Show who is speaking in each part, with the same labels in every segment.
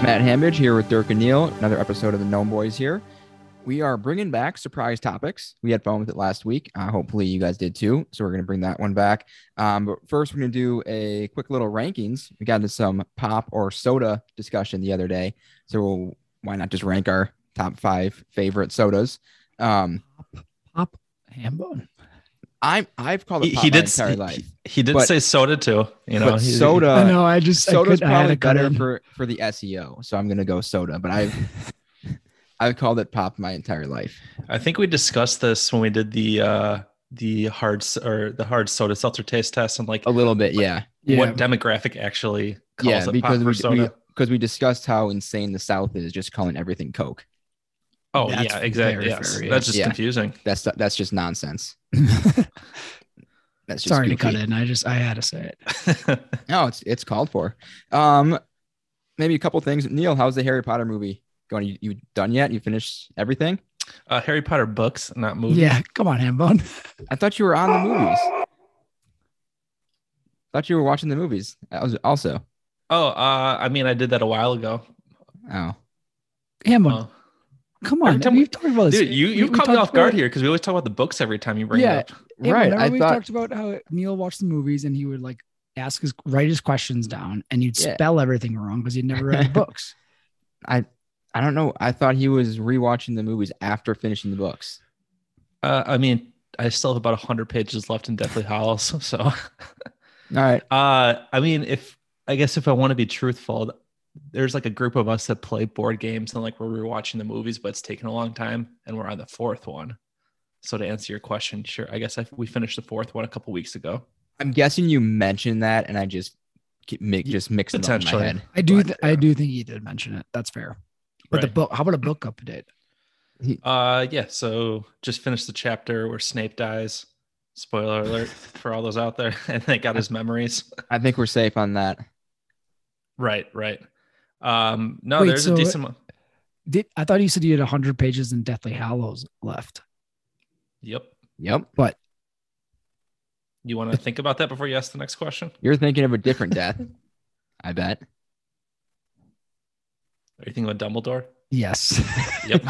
Speaker 1: Matt Hambidge here with Dirk and Neil. Another episode of the Gnome Boys here. We are bringing back surprise topics. We had fun with it last week. Uh, hopefully, you guys did too. So we're going to bring that one back. Um, but first, we're going to do a quick little rankings. We got into some pop or soda discussion the other day. So we'll, why not just rank our top five favorite sodas? Um,
Speaker 2: Pop Hambone.
Speaker 1: I'm I've called it
Speaker 3: He,
Speaker 1: pop
Speaker 3: he
Speaker 1: my
Speaker 3: did. s-
Speaker 1: entire
Speaker 3: He,
Speaker 1: life.
Speaker 3: he did
Speaker 1: But-
Speaker 3: say soda too. You know,
Speaker 1: but
Speaker 3: he-
Speaker 1: soda.
Speaker 2: I know. I just I
Speaker 1: soda's
Speaker 2: could, I had
Speaker 1: probably
Speaker 2: to cut
Speaker 1: better
Speaker 2: in.
Speaker 1: for for the SEO, so I'm gonna go soda. But I've I've called it pop my entire life.
Speaker 3: I think we discussed this when we did the uh the hard s- or the hard soda seltzer taste test and like
Speaker 1: A little bit, yeah,
Speaker 2: Oh, yeah.
Speaker 3: what demographic actually calls
Speaker 1: yeah,
Speaker 3: it
Speaker 1: because
Speaker 3: pop
Speaker 1: we
Speaker 3: or
Speaker 1: we
Speaker 3: soda.
Speaker 1: because we discussed how insane the South is, just calling everything Coke.
Speaker 3: oh
Speaker 2: That's
Speaker 3: yeah, exactly.
Speaker 2: very
Speaker 3: Yes.
Speaker 2: fair, yeah.
Speaker 3: That's just
Speaker 1: Yeah.
Speaker 3: confusing.
Speaker 1: That's that's just nonsense. That's just
Speaker 2: Sorry to
Speaker 1: goofy.
Speaker 2: cut in. I just I had to say it.
Speaker 1: No, it's it's called for. Um, maybe a couple things. Neil, how's the Harry Potter movie going? You, you done yet? You finished everything?
Speaker 3: uh, Harry Potter books, not movies.
Speaker 2: Yeah, come on, Hambone.
Speaker 1: I thought you were on the movies. Thought you were watching the movies. I was also.
Speaker 3: Oh, uh, I mean, I did that a while ago.
Speaker 1: Oh.
Speaker 2: Hambone,
Speaker 3: Uh,
Speaker 2: come on.
Speaker 3: every time we-
Speaker 2: we've talked about this.
Speaker 3: dude, you
Speaker 2: We-
Speaker 3: you
Speaker 2: we
Speaker 3: caught me
Speaker 2: talked
Speaker 3: off guard
Speaker 2: about-
Speaker 3: here because we always talk about the books every time you bring
Speaker 2: Yeah.
Speaker 3: it up.
Speaker 2: Hey,
Speaker 1: right.
Speaker 2: remember
Speaker 1: I
Speaker 2: we
Speaker 1: thought
Speaker 2: talked about how Neil watched the movies and he would like ask his write his questions down and you'd
Speaker 1: Yeah.
Speaker 2: spell everything wrong because he'd never read the books.
Speaker 1: I don't know. I thought he was rewatching the movies after finishing the books.
Speaker 3: Uh, I mean, I still have about hundred pages left in Deathly Hollows, so.
Speaker 1: All right.
Speaker 3: Uh, I mean, if I guess if I want to be truthful, there's like a group of us that play board games and like we're rewatching the movies, but it's taken a long time, and we're on the fourth one. So to answer your question, sure, I guess I, we finished the fourth one a couple weeks ago.
Speaker 1: I'm guessing you mentioned that, and I just ki- mi- just mixed it up in my
Speaker 3: Potentially.
Speaker 1: head.
Speaker 2: I do
Speaker 1: But,
Speaker 2: th-
Speaker 1: uh,
Speaker 2: I do think he did mention it. That's fair. But the
Speaker 3: Right.
Speaker 2: book how about a book update?
Speaker 3: Uh, yeah. So just finished the chapter where Snape dies. Spoiler alert for all those out there, and they got his memories.
Speaker 1: I think we're safe on that.
Speaker 3: Right, right. Um, no,
Speaker 2: Wait,
Speaker 3: there's
Speaker 2: so-
Speaker 3: a decent one.
Speaker 2: Did I thought you said you had hundred pages in Deathly Hallows left.
Speaker 3: Yep.
Speaker 1: Yep.
Speaker 3: You want to think about that before you ask the next question?
Speaker 1: You're thinking of a different death. I bet.
Speaker 3: Are you thinking about Dumbledore?
Speaker 2: Yes.
Speaker 3: Yep.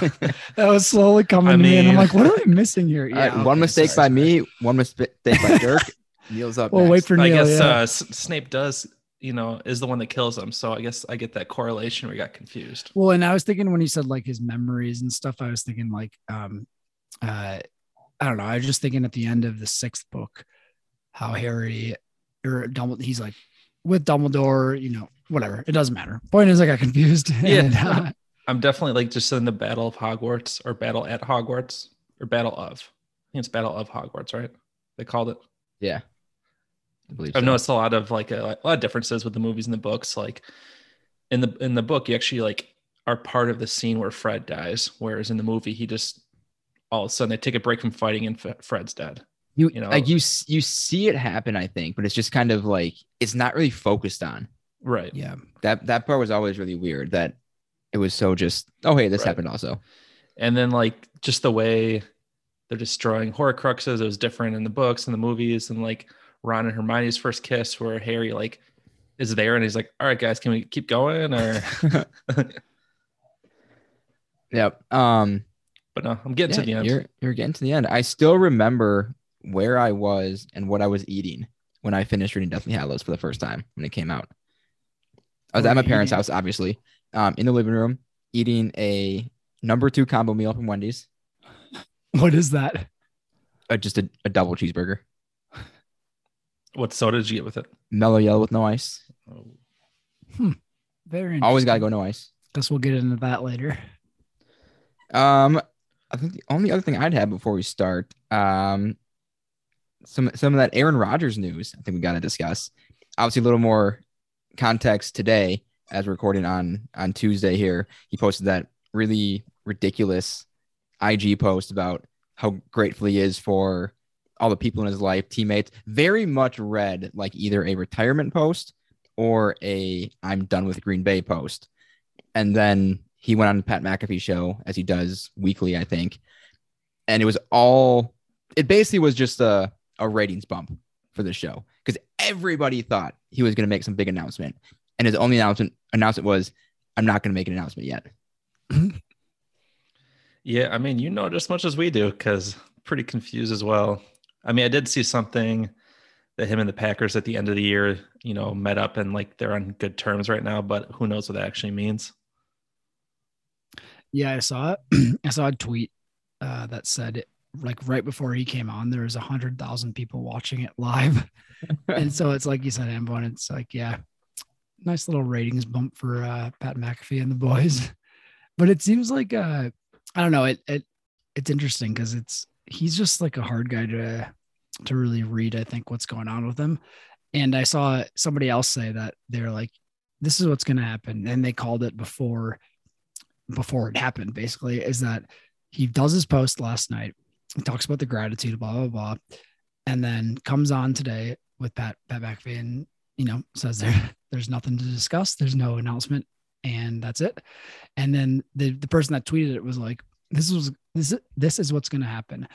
Speaker 2: that was slowly coming
Speaker 3: I
Speaker 2: to me. And I'm
Speaker 3: mean-
Speaker 2: like, what are we missing here?
Speaker 1: All right, one
Speaker 2: okay,
Speaker 1: mistake
Speaker 2: sorry.
Speaker 1: by me, one mistake by Dirk. Neil's up.
Speaker 2: Well, wait
Speaker 1: next.
Speaker 2: for Neil.
Speaker 3: I guess
Speaker 2: yeah.
Speaker 3: uh, S- Snape does, you know, is the one that kills him. So I guess I get that correlation. where We got confused.
Speaker 2: Well, and I was thinking when you said like his memories and stuff, I was thinking like, um, uh, I don't know. I was just thinking at the end of the sixth book, how Harry or Dumbledore, he's like with Dumbledore, you know, whatever. It doesn't matter. Point is, I got confused.
Speaker 3: Yeah.
Speaker 2: And, uh,
Speaker 3: I'm definitely like just in the Battle of Hogwarts or Battle at Hogwarts or Battle of. I think it's Battle of Hogwarts, right? They called it.
Speaker 1: Yeah. I believe
Speaker 3: I've
Speaker 1: so.
Speaker 3: noticed a lot of like a, a lot of differences with the movies and the books. Like in the in the book, you actually like are part of the scene where Fred dies, whereas in the movie, he just all of a sudden they take a break from fighting and F- Fred's dead.
Speaker 1: you,
Speaker 3: you know-
Speaker 1: like you s- you see it happen, I think, but it's just kind of like it's not really focused on.
Speaker 3: Right.
Speaker 2: yeah.
Speaker 1: That that part was always really weird. That it was so just oh hey this
Speaker 3: Right.
Speaker 1: happened also.
Speaker 3: and then like just the way they're destroying horcruxes it was different in the books and the movies and like ron and hermione's first kiss where harry like is there and he's like all right guys can we keep going or
Speaker 1: Yep. Um.
Speaker 3: but no i'm getting to
Speaker 1: Yeah,
Speaker 3: the end
Speaker 1: You're you're getting to the end. I still remember where I was and what I was eating when I finished reading Deathly Hallows for the first time when it came out. I was
Speaker 2: What
Speaker 1: at my
Speaker 2: were you
Speaker 1: parents'
Speaker 2: eating?
Speaker 1: house, obviously, um, in the living room, eating a number two combo meal from Wendy's,
Speaker 2: What is that?
Speaker 1: uh, just a, a double cheeseburger,
Speaker 3: what soda did you get with it
Speaker 1: mellow yellow with no ice.
Speaker 3: Oh.
Speaker 2: Very
Speaker 1: Always gotta
Speaker 2: interesting.
Speaker 1: go no ice.
Speaker 2: Guess we'll get into that later.
Speaker 1: Um, I think the only other thing I'd have before we start, um, some some of that Aaron Rodgers news. I think we got to discuss. Obviously, a little more context today as we're recording on on Tuesday. Here, he posted that really ridiculous IG post about how grateful he is for all the people in his life, teammates, very much read like either a retirement post or a I'm done with Green Bay post. And then he went on the Pat McAfee show as he does weekly, I think. And it was all it basically was just a, a ratings bump for the show because everybody thought he was going to make some big announcement. And his only announcement announcement was, I'm not going to make an announcement yet.
Speaker 3: Yeah, I mean, you know it as much as we do because pretty confused as well. I mean, I did see something that him and the Packers at the end of the year, you know, met up and like they're on good terms right now, but who knows what that actually means.
Speaker 2: Yeah, I saw it. I saw a tweet uh, that said, like, right before he came on, there was a hundred thousand people watching it live, and so it's like you said, Ambon. It's like, yeah, nice little ratings bump for uh, Pat McAfee and the boys, but it seems like uh, I don't know. It it it's interesting because it's he's just like a hard guy to to really read. I think what's going on with him, and I saw somebody else say that they're like, this is what's going to happen, and they called it before before it happened. Basically, is that he does his post last night. He talks about the gratitude, blah blah blah, and then comes on today with Pat Pat McAfee and you know says there there's nothing to discuss. There's no announcement and that's it. And then the the person that tweeted it was like, "This was this this is what's going to happen.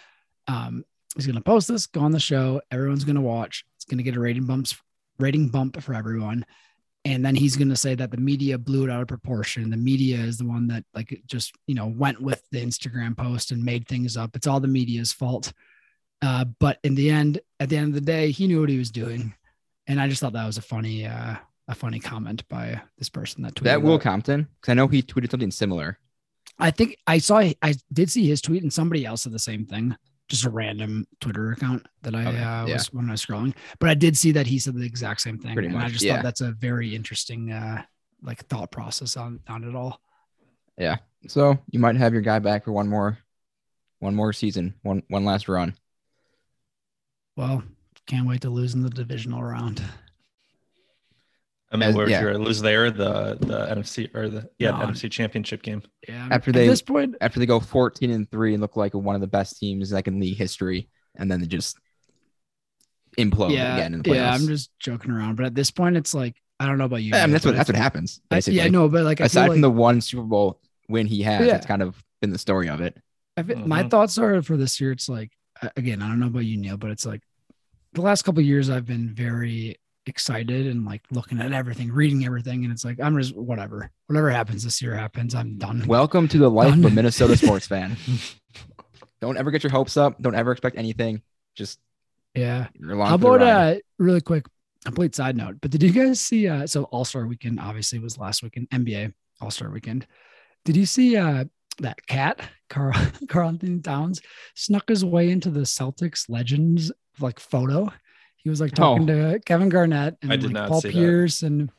Speaker 2: Um, he's going to post this, go on the show, everyone's going to watch. It's going to get a rating bumps rating bump for everyone." And then he's going to say that the media blew it out of proportion. The media is the one that like just you know went with the Instagram post and made things up. It's all the media's fault. Uh, but in the end, at the end of the day, he knew what he was doing, and I just thought that was a funny uh, a funny comment by this person that tweeted
Speaker 1: that Will Compton, because I know he tweeted something similar.
Speaker 2: I think I saw I did see his tweet and somebody else said the same thing. Just a random Twitter account that I
Speaker 1: Okay,
Speaker 2: uh,
Speaker 1: yeah.
Speaker 2: was when I was scrolling, but I did see that he said the exact same thing,
Speaker 1: Pretty
Speaker 2: and I
Speaker 1: much,
Speaker 2: just
Speaker 1: yeah.
Speaker 2: thought that's a very interesting uh, like thought process on on it all.
Speaker 1: So you might have your guy back for one more, one more season, one one last run.
Speaker 2: Well, can't wait to lose in the divisional round.
Speaker 3: I mean,
Speaker 1: As-
Speaker 3: where
Speaker 1: yeah.
Speaker 3: you lose there, the the NFC or the yeah
Speaker 2: No,
Speaker 3: the
Speaker 2: I'm-
Speaker 3: NFC Championship game.
Speaker 2: Yeah.
Speaker 1: After
Speaker 2: at
Speaker 1: they-
Speaker 2: this point,
Speaker 1: After they go 14 and three and look like one of the best teams like in league history, and then they just implode
Speaker 2: yeah,
Speaker 1: again in the playoffs.
Speaker 2: yeah, I'm just joking around, but at this point, it's like I don't know about you.
Speaker 1: I mean,
Speaker 2: guys,
Speaker 1: that's what
Speaker 2: but
Speaker 1: that's what
Speaker 2: it's-
Speaker 1: happens
Speaker 2: I-
Speaker 1: basically.
Speaker 2: Yeah, no, but like I feel
Speaker 1: Aside
Speaker 2: like-
Speaker 1: from the one Super Bowl win he has,
Speaker 2: Yeah.
Speaker 1: it's kind of been the story of it.
Speaker 2: I fe- My
Speaker 3: Mhm.
Speaker 2: thoughts are for this year. It's like a- again, I don't know about you, Neil, but it's like the last couple of years I've been very excited and like looking at everything, reading everything, and it's like I'm just whatever, whatever happens this year happens. I'm done.
Speaker 1: Welcome to the life of a
Speaker 2: Done.
Speaker 1: Minnesota sports fan. Don't ever get your hopes up. Don't ever expect anything. Just
Speaker 2: yeah.
Speaker 1: you're along
Speaker 2: How
Speaker 1: for the
Speaker 2: about
Speaker 1: ride.
Speaker 2: uh, really quick, complete side note? But did you guys see? Uh, so All Star Weekend obviously was last weekend, NBA All Star Weekend. Did you see uh, that cat Carl Carl Anthony Towns snuck his way into the Celtics legends like photo? He was like talking
Speaker 1: Oh.
Speaker 2: to Kevin Garnett and
Speaker 3: I did
Speaker 2: like,
Speaker 3: not
Speaker 2: Paul
Speaker 3: see that.
Speaker 2: Pierce and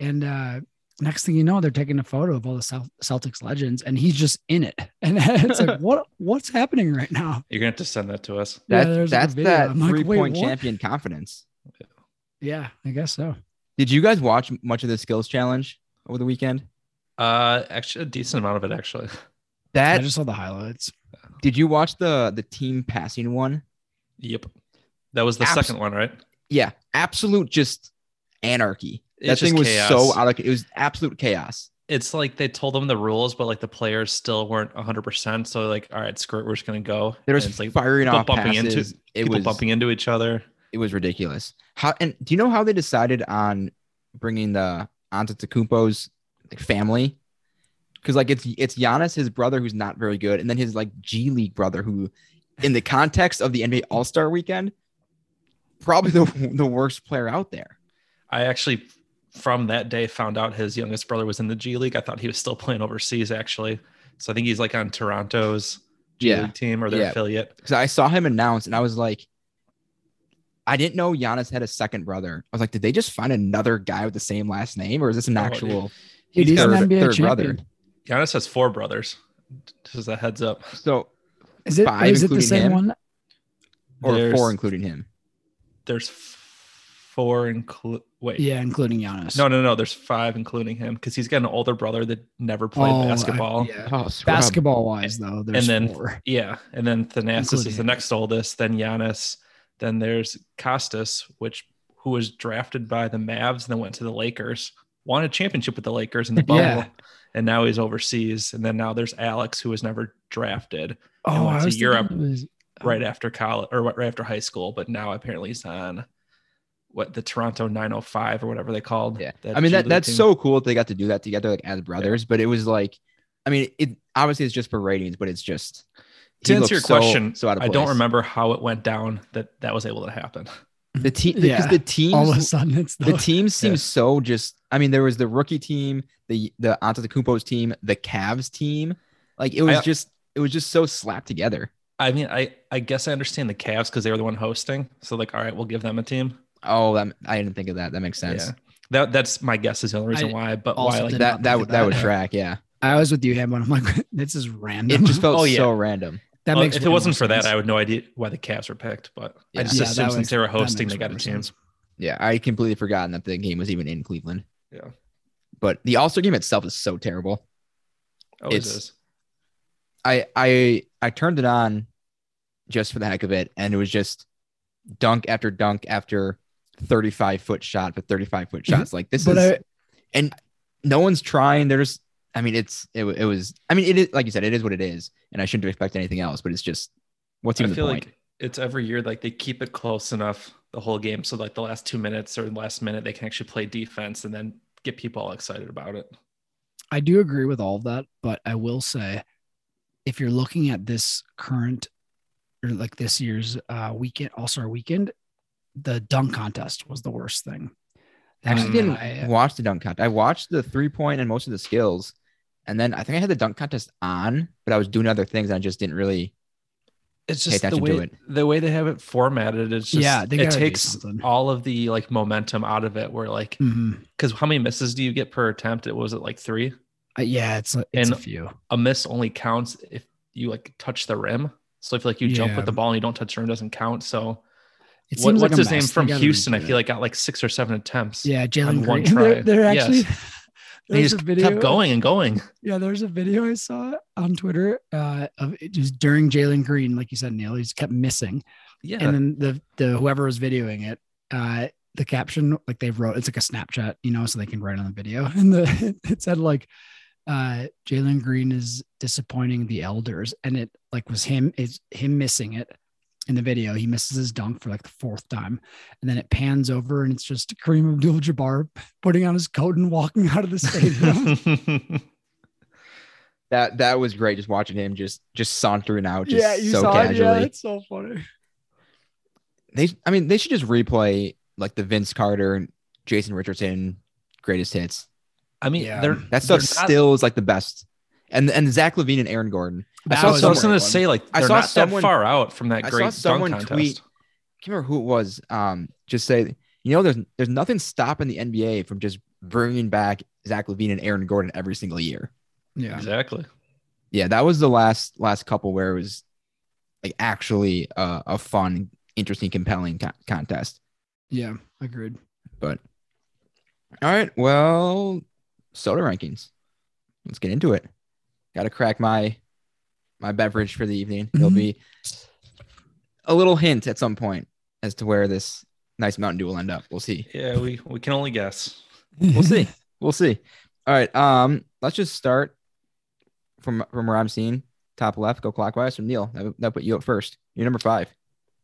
Speaker 2: and uh, next thing you know, they're taking a photo of all the Cel- Celtics legends, and he's just in it. And it's like, what what's happening right now?
Speaker 3: You're gonna have to send that to us.
Speaker 2: Yeah,
Speaker 1: That-
Speaker 2: there's, like, a
Speaker 1: that's
Speaker 2: video.
Speaker 1: that
Speaker 2: I'm like,
Speaker 1: three
Speaker 2: wait,
Speaker 1: point
Speaker 2: what?
Speaker 1: champion confidence.
Speaker 2: Yeah, I guess so.
Speaker 1: Did you guys watch much of the skills challenge over the weekend?
Speaker 3: Uh, actually, a decent amount of it actually.
Speaker 2: I
Speaker 1: That
Speaker 2: just saw the highlights.
Speaker 1: did you watch the the team passing one?
Speaker 3: Yep, that was the
Speaker 1: Abs-
Speaker 3: second one, right?
Speaker 1: Yeah, absolute just anarchy.
Speaker 3: It's
Speaker 1: that thing
Speaker 3: just
Speaker 1: was
Speaker 3: chaos.
Speaker 1: so out of it was absolute chaos.
Speaker 3: It's like they told them the rules, but like the players still weren't 100. percent So like, all right, screw it, we're just gonna go.
Speaker 1: There
Speaker 3: And
Speaker 1: was
Speaker 3: it's like
Speaker 1: firing
Speaker 3: people
Speaker 1: off
Speaker 3: bumping into-
Speaker 1: passes. it
Speaker 3: people
Speaker 1: was
Speaker 3: bumping into each other.
Speaker 1: it was ridiculous. How and do you know how they decided on bringing the Antetokounmpo's like, family? Because like it's it's Giannis, his brother, who's not very good, and then his like G League brother, who, in the context of the NBA All Star Weekend, probably the the worst player out there.
Speaker 3: I actually, from that day, found out his youngest brother was in the G League. I thought he was still playing overseas, actually. So I think he's like on Toronto's G
Speaker 1: Yeah.
Speaker 3: League team or their
Speaker 1: Yeah.
Speaker 3: affiliate.
Speaker 1: Because I saw him announced, and I was like, I didn't know Giannis had a second brother. I was like, did they just find another guy with the same last name, or is this an
Speaker 3: No, Oh, dude.
Speaker 1: actual?
Speaker 2: Dude,
Speaker 1: He's
Speaker 2: he's an
Speaker 1: third-
Speaker 2: NBA
Speaker 1: third brother.
Speaker 2: champion.
Speaker 3: Giannis has four brothers. Just as a heads up,
Speaker 1: So
Speaker 2: Is it,
Speaker 1: Five,
Speaker 2: is it the
Speaker 1: including
Speaker 2: same
Speaker 1: him.
Speaker 2: one?
Speaker 1: or
Speaker 3: There's-
Speaker 1: four, including him.
Speaker 3: there's f- four include. Wait,
Speaker 2: Yeah, including Giannis.
Speaker 3: no, no, no. There's five, including him, because he's got an older brother that never played
Speaker 2: Oh, I-
Speaker 3: basketball.
Speaker 2: yeah.
Speaker 3: yeah.
Speaker 1: Oh, scrub.
Speaker 2: Basketball wise, though, there's
Speaker 3: then-
Speaker 2: four.
Speaker 3: and then Thanasis is
Speaker 2: Including
Speaker 3: the
Speaker 2: him.
Speaker 3: next oldest. Then Giannis, Then there's Costas, which who was drafted by the Mavs and then went to the Lakers, won a championship with the Lakers in the bubble,
Speaker 2: Yeah.
Speaker 3: and now he's overseas. And then now there's Alex, who was never drafted
Speaker 2: Oh,
Speaker 3: went
Speaker 2: I was
Speaker 3: to
Speaker 2: thinking
Speaker 3: Europe.
Speaker 2: it was-
Speaker 1: Um,
Speaker 3: right after college or right after high school, but now apparently he's on what the Toronto 905 or whatever they called.
Speaker 1: Yeah.
Speaker 3: that
Speaker 1: I mean
Speaker 3: G
Speaker 1: that
Speaker 3: League
Speaker 1: that's
Speaker 3: team.
Speaker 1: so cool that they got to do that together like as brothers, but it was like I mean it obviously it's just for ratings, but it's just
Speaker 3: To
Speaker 1: he
Speaker 3: answer your
Speaker 1: looked so-
Speaker 3: question,
Speaker 1: so out of
Speaker 3: I don't
Speaker 1: place.
Speaker 3: remember how it went down that that was able to happen.
Speaker 1: the team because
Speaker 2: Yeah.
Speaker 1: the teams
Speaker 2: all of a sudden it's
Speaker 1: the
Speaker 2: the-
Speaker 1: team seems so just I mean there was the rookie team, the the Antetokounmpo's team, the Cavs team. Like it was
Speaker 3: I- uh,
Speaker 1: just it was just so slapped together.
Speaker 3: I mean, I I guess I understand the Cavs because they were the one hosting. So like, all right, we'll give them a team.
Speaker 1: Oh, that, I didn't think of that. That makes sense.
Speaker 3: Yeah. That that's my guess is the only reason
Speaker 2: I
Speaker 3: why. But
Speaker 2: also
Speaker 3: why like
Speaker 2: didn't-
Speaker 1: That that
Speaker 2: think
Speaker 1: would
Speaker 2: of
Speaker 1: that
Speaker 2: that.
Speaker 1: would track, yeah.
Speaker 2: I was with you, Ham, when I'm like, this is random.
Speaker 1: It just felt
Speaker 3: Oh, yeah.
Speaker 1: so random.
Speaker 2: that
Speaker 3: well,
Speaker 2: makes
Speaker 3: uh, if
Speaker 2: way
Speaker 3: it
Speaker 2: more
Speaker 3: wasn't for that,
Speaker 2: sense.
Speaker 3: I would no idea why the Cavs were picked. But
Speaker 1: Yeah.
Speaker 3: I just
Speaker 2: Yeah, that
Speaker 3: assumed since
Speaker 2: makes-
Speaker 3: they were
Speaker 2: that
Speaker 3: hosting, they
Speaker 2: makes
Speaker 3: got a
Speaker 2: more
Speaker 3: chance.
Speaker 2: sense.
Speaker 1: Yeah, I had completely forgotten that the game was even in Cleveland.
Speaker 3: Yeah.
Speaker 1: But the All-Star game itself is so terrible.
Speaker 3: Always
Speaker 1: It's-
Speaker 3: is.
Speaker 1: I I I turned it on just for the heck of it, and it was just dunk after dunk after 35 foot shot for 35 foot shots. Like this
Speaker 2: Mm-hmm. But
Speaker 1: is
Speaker 2: I-
Speaker 1: and no one's trying. There's I mean it's it, wa- it was I mean it is like you said, it is what it is, and I shouldn't expect anything else, but it's just what's
Speaker 3: I
Speaker 1: even the
Speaker 3: feel
Speaker 1: point?
Speaker 3: like it's every year like they keep it close enough the whole game, so like the last two minutes or the last minute they can actually play defense and then get people all excited about it.
Speaker 2: I do agree with all of that, but I will say, if you're looking at this current or like this year's uh, weekend, All Star Weekend, the dunk contest was the worst thing.
Speaker 1: I actually
Speaker 3: Mm.
Speaker 1: didn't
Speaker 2: I-
Speaker 1: watch the dunk contest. I watched the three point and most of the skills. And then I think I had the dunk contest on, but I was doing other things and I just didn't really
Speaker 3: It's
Speaker 1: Pay
Speaker 3: just the
Speaker 1: attention
Speaker 3: way
Speaker 1: to it.
Speaker 3: the way they have it formatted. It's just
Speaker 2: Yeah, they
Speaker 3: it
Speaker 2: gotta do
Speaker 3: takes
Speaker 2: something.
Speaker 3: all of the like momentum out of it. Where like
Speaker 2: Mhm.
Speaker 3: because how many misses do you get per attempt? It was it like three.
Speaker 2: Uh, yeah, it's a, it's a
Speaker 3: And-
Speaker 2: few.
Speaker 3: A miss only counts if you like touch the rim. So if like you jump
Speaker 2: Yeah.
Speaker 3: with the ball and you don't touch the rim, doesn't count. So
Speaker 2: It
Speaker 3: what,
Speaker 2: seems like
Speaker 3: what's
Speaker 2: a
Speaker 3: his name
Speaker 2: mess. They
Speaker 3: from
Speaker 2: gotta
Speaker 3: Houston? I
Speaker 2: redo
Speaker 3: feel
Speaker 2: it.
Speaker 3: like got like six or seven attempts.
Speaker 2: yeah, Jalen
Speaker 3: on one
Speaker 2: Green. They're,
Speaker 3: try.
Speaker 2: they're
Speaker 3: Yes.
Speaker 2: actually
Speaker 3: and he
Speaker 2: there's a
Speaker 3: just
Speaker 2: video.
Speaker 3: kept going and going.
Speaker 2: Yeah, there's a video I saw on Twitter uh, of it just during Jalen Green, like you said, Neil, he just kept missing.
Speaker 3: Yeah,
Speaker 2: and then the the whoever was videoing it uh the caption like they wrote it's like a snapchat you know so they can write on the video and the it said like uh jalen green is disappointing the elders and it like was him it's him missing it in the video he misses his dunk for like the fourth time and then it pans over and it's just kareem abdul-jabbar putting on his coat and walking out of the stadium
Speaker 1: that that was great just watching him just just sauntering out just so casually.
Speaker 2: it's so funny
Speaker 1: they I mean they should just replay like the Vince Carter and Jason Richardson greatest hits.
Speaker 3: I mean,
Speaker 2: Yeah.
Speaker 3: Um, they're
Speaker 1: That stuff
Speaker 3: they're not-
Speaker 1: still is like the best. And and Zach Levine and Aaron Gordon. I saw
Speaker 2: That
Speaker 3: So I was
Speaker 1: someone-
Speaker 3: gonna say like
Speaker 1: I
Speaker 3: they're
Speaker 1: saw
Speaker 3: not
Speaker 1: someone-
Speaker 3: that far out from
Speaker 1: I
Speaker 3: that
Speaker 1: saw
Speaker 3: great
Speaker 1: someone
Speaker 3: dunk contest.
Speaker 1: tweet- can't remember who it was. Um, just say, you know, there's there's nothing stopping the NBA from just bringing back Zach Levine and Aaron Gordon every single year. um,
Speaker 2: yeah
Speaker 3: Exactly.
Speaker 1: Yeah, that was the last last couple where it was like actually uh, a fun, interesting, compelling co- contest.
Speaker 2: yeah agreed
Speaker 1: But all right, well, soda rankings. Let's get into it. Got to crack my my beverage for the evening. There'll
Speaker 2: Mhm.
Speaker 1: be a little hint at some point as to where this nice Mountain Dew will end up. We'll see.
Speaker 3: Yeah, we we can only guess.
Speaker 1: we'll see. We'll see. All right. Um, let's just start from from where I'm seeing top left, go clockwise. From Neil, that, that put you up first. You're number five.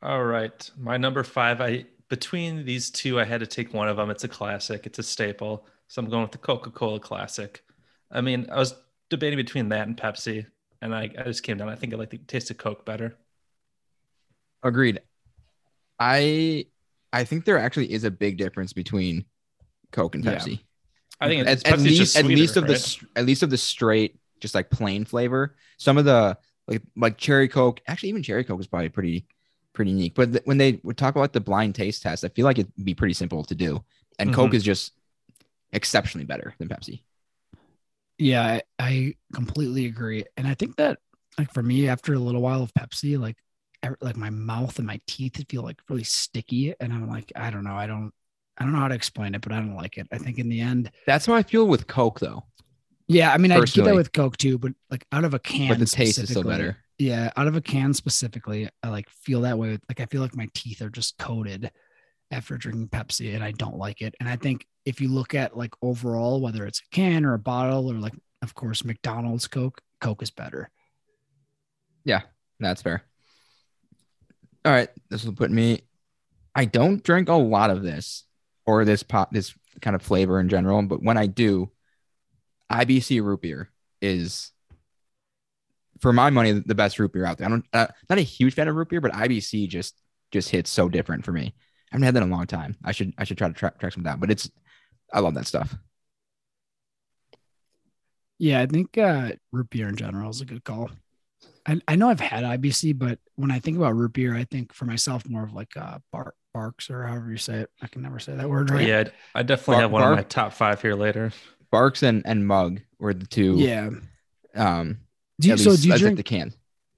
Speaker 3: All right, my number five. I between these two, I had to take one of them. It's a classic. It's a staple. So I'm going with the Coca Cola Classic. I mean, I was debating between that and Pepsi, and I, I just came down. I think I like the taste of Coke better.
Speaker 1: Agreed. I I think there actually is a big difference between Coke and
Speaker 2: Yeah.
Speaker 1: Pepsi.
Speaker 3: I think
Speaker 1: at,
Speaker 3: it's,
Speaker 1: at
Speaker 3: Pepsi's
Speaker 1: least
Speaker 3: just
Speaker 1: at
Speaker 3: sweeter,
Speaker 1: least of the
Speaker 3: right?
Speaker 1: s- at least of the straight just like plain flavor some of the like like cherry coke actually even cherry coke is probably pretty pretty unique but th- when they would talk about the blind taste test i feel like it'd be pretty simple to do and coke
Speaker 3: Mm-hmm.
Speaker 1: is just exceptionally better than pepsi
Speaker 2: Yeah, I, I completely agree, and I think that like for me, after a little while of Pepsi, like ev- like my mouth and my teeth feel like really sticky, and I'm like, I don't know, I don't, I don't know how to explain it, but I don't like it. I think in the end,
Speaker 1: that's how i feel with coke though
Speaker 2: yeah, I mean, I get that
Speaker 1: Personally.
Speaker 2: with Coke too, but like out of a can,
Speaker 1: but the taste is still
Speaker 2: specifically,
Speaker 1: better
Speaker 2: yeah, out of a can specifically, I like feel that way. Like I feel like my teeth are just coated after drinking Pepsi and I don't like it. And I think if you look at like overall, whether it's a can or a bottle or like, of course, McDonald's Coke, Coke is better.
Speaker 1: That's fair. All right, this will put me. I don't drink a lot of this or this pot, this kind of flavor in general, but when I do, IBC root beer is, for my money, the best root beer out there. I don't, uh, not a huge fan of root beer, but IBC just just hits so different for me. I haven't had that in a long time. I should I should try to track track some down, but it's, I love that stuff.
Speaker 2: Yeah, I think uh, root beer in general is a good call. I, I know I've had IBC, but when I think about root beer, I think for myself more of like uh, bar, barks or however you say it. I can never say that word right.
Speaker 3: Yeah, I'd- I definitely
Speaker 1: Bar-
Speaker 3: have one
Speaker 1: bar-
Speaker 3: of my top five here later.
Speaker 1: Barks and and Mug were the two.
Speaker 2: Yeah.
Speaker 1: Um.
Speaker 2: Do you,
Speaker 1: at
Speaker 2: so
Speaker 1: least
Speaker 2: do you
Speaker 1: as if
Speaker 2: drink
Speaker 1: the can?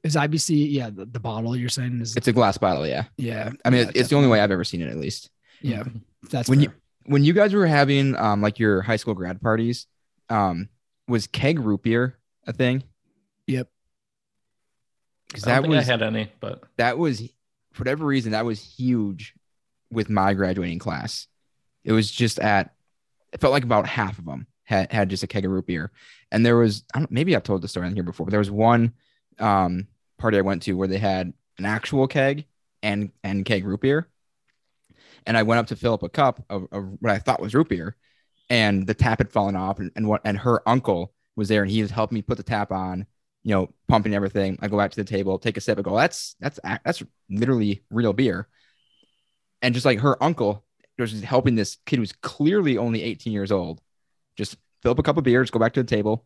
Speaker 2: is IBC? Yeah, the, the bottle you're saying is
Speaker 1: It's a glass bottle. Yeah.
Speaker 2: yeah.
Speaker 1: I mean,
Speaker 2: yeah,
Speaker 1: it's it's the only way I've ever seen it, at least.
Speaker 2: Yeah, that's
Speaker 1: When
Speaker 2: when
Speaker 1: you- when you guys were having um like your high school grad parties, um, was keg root beer a thing?
Speaker 2: Yep. Oh,
Speaker 1: 'Cause
Speaker 3: I don't
Speaker 1: that
Speaker 3: think
Speaker 1: was
Speaker 3: I had any, but
Speaker 1: that was for whatever reason that was huge with my graduating class. It was just at it felt like about half of them had had just a keg of root beer, and there was I don't maybe I've told the story on here before, but there was one um party I went to where they had an actual keg and and keg root beer, and I went up to fill up a cup of, of what I thought was root beer, and the tap had fallen off, and, and what and her uncle was there, and he was helping me put the tap on, you know, pumping everything. I go back to the table, take a sip, I go, that's that's ac- that's literally real beer, and just like her uncle was just helping this kid who's clearly only 18 years old, just fill up a cup of beer, just go back to the table.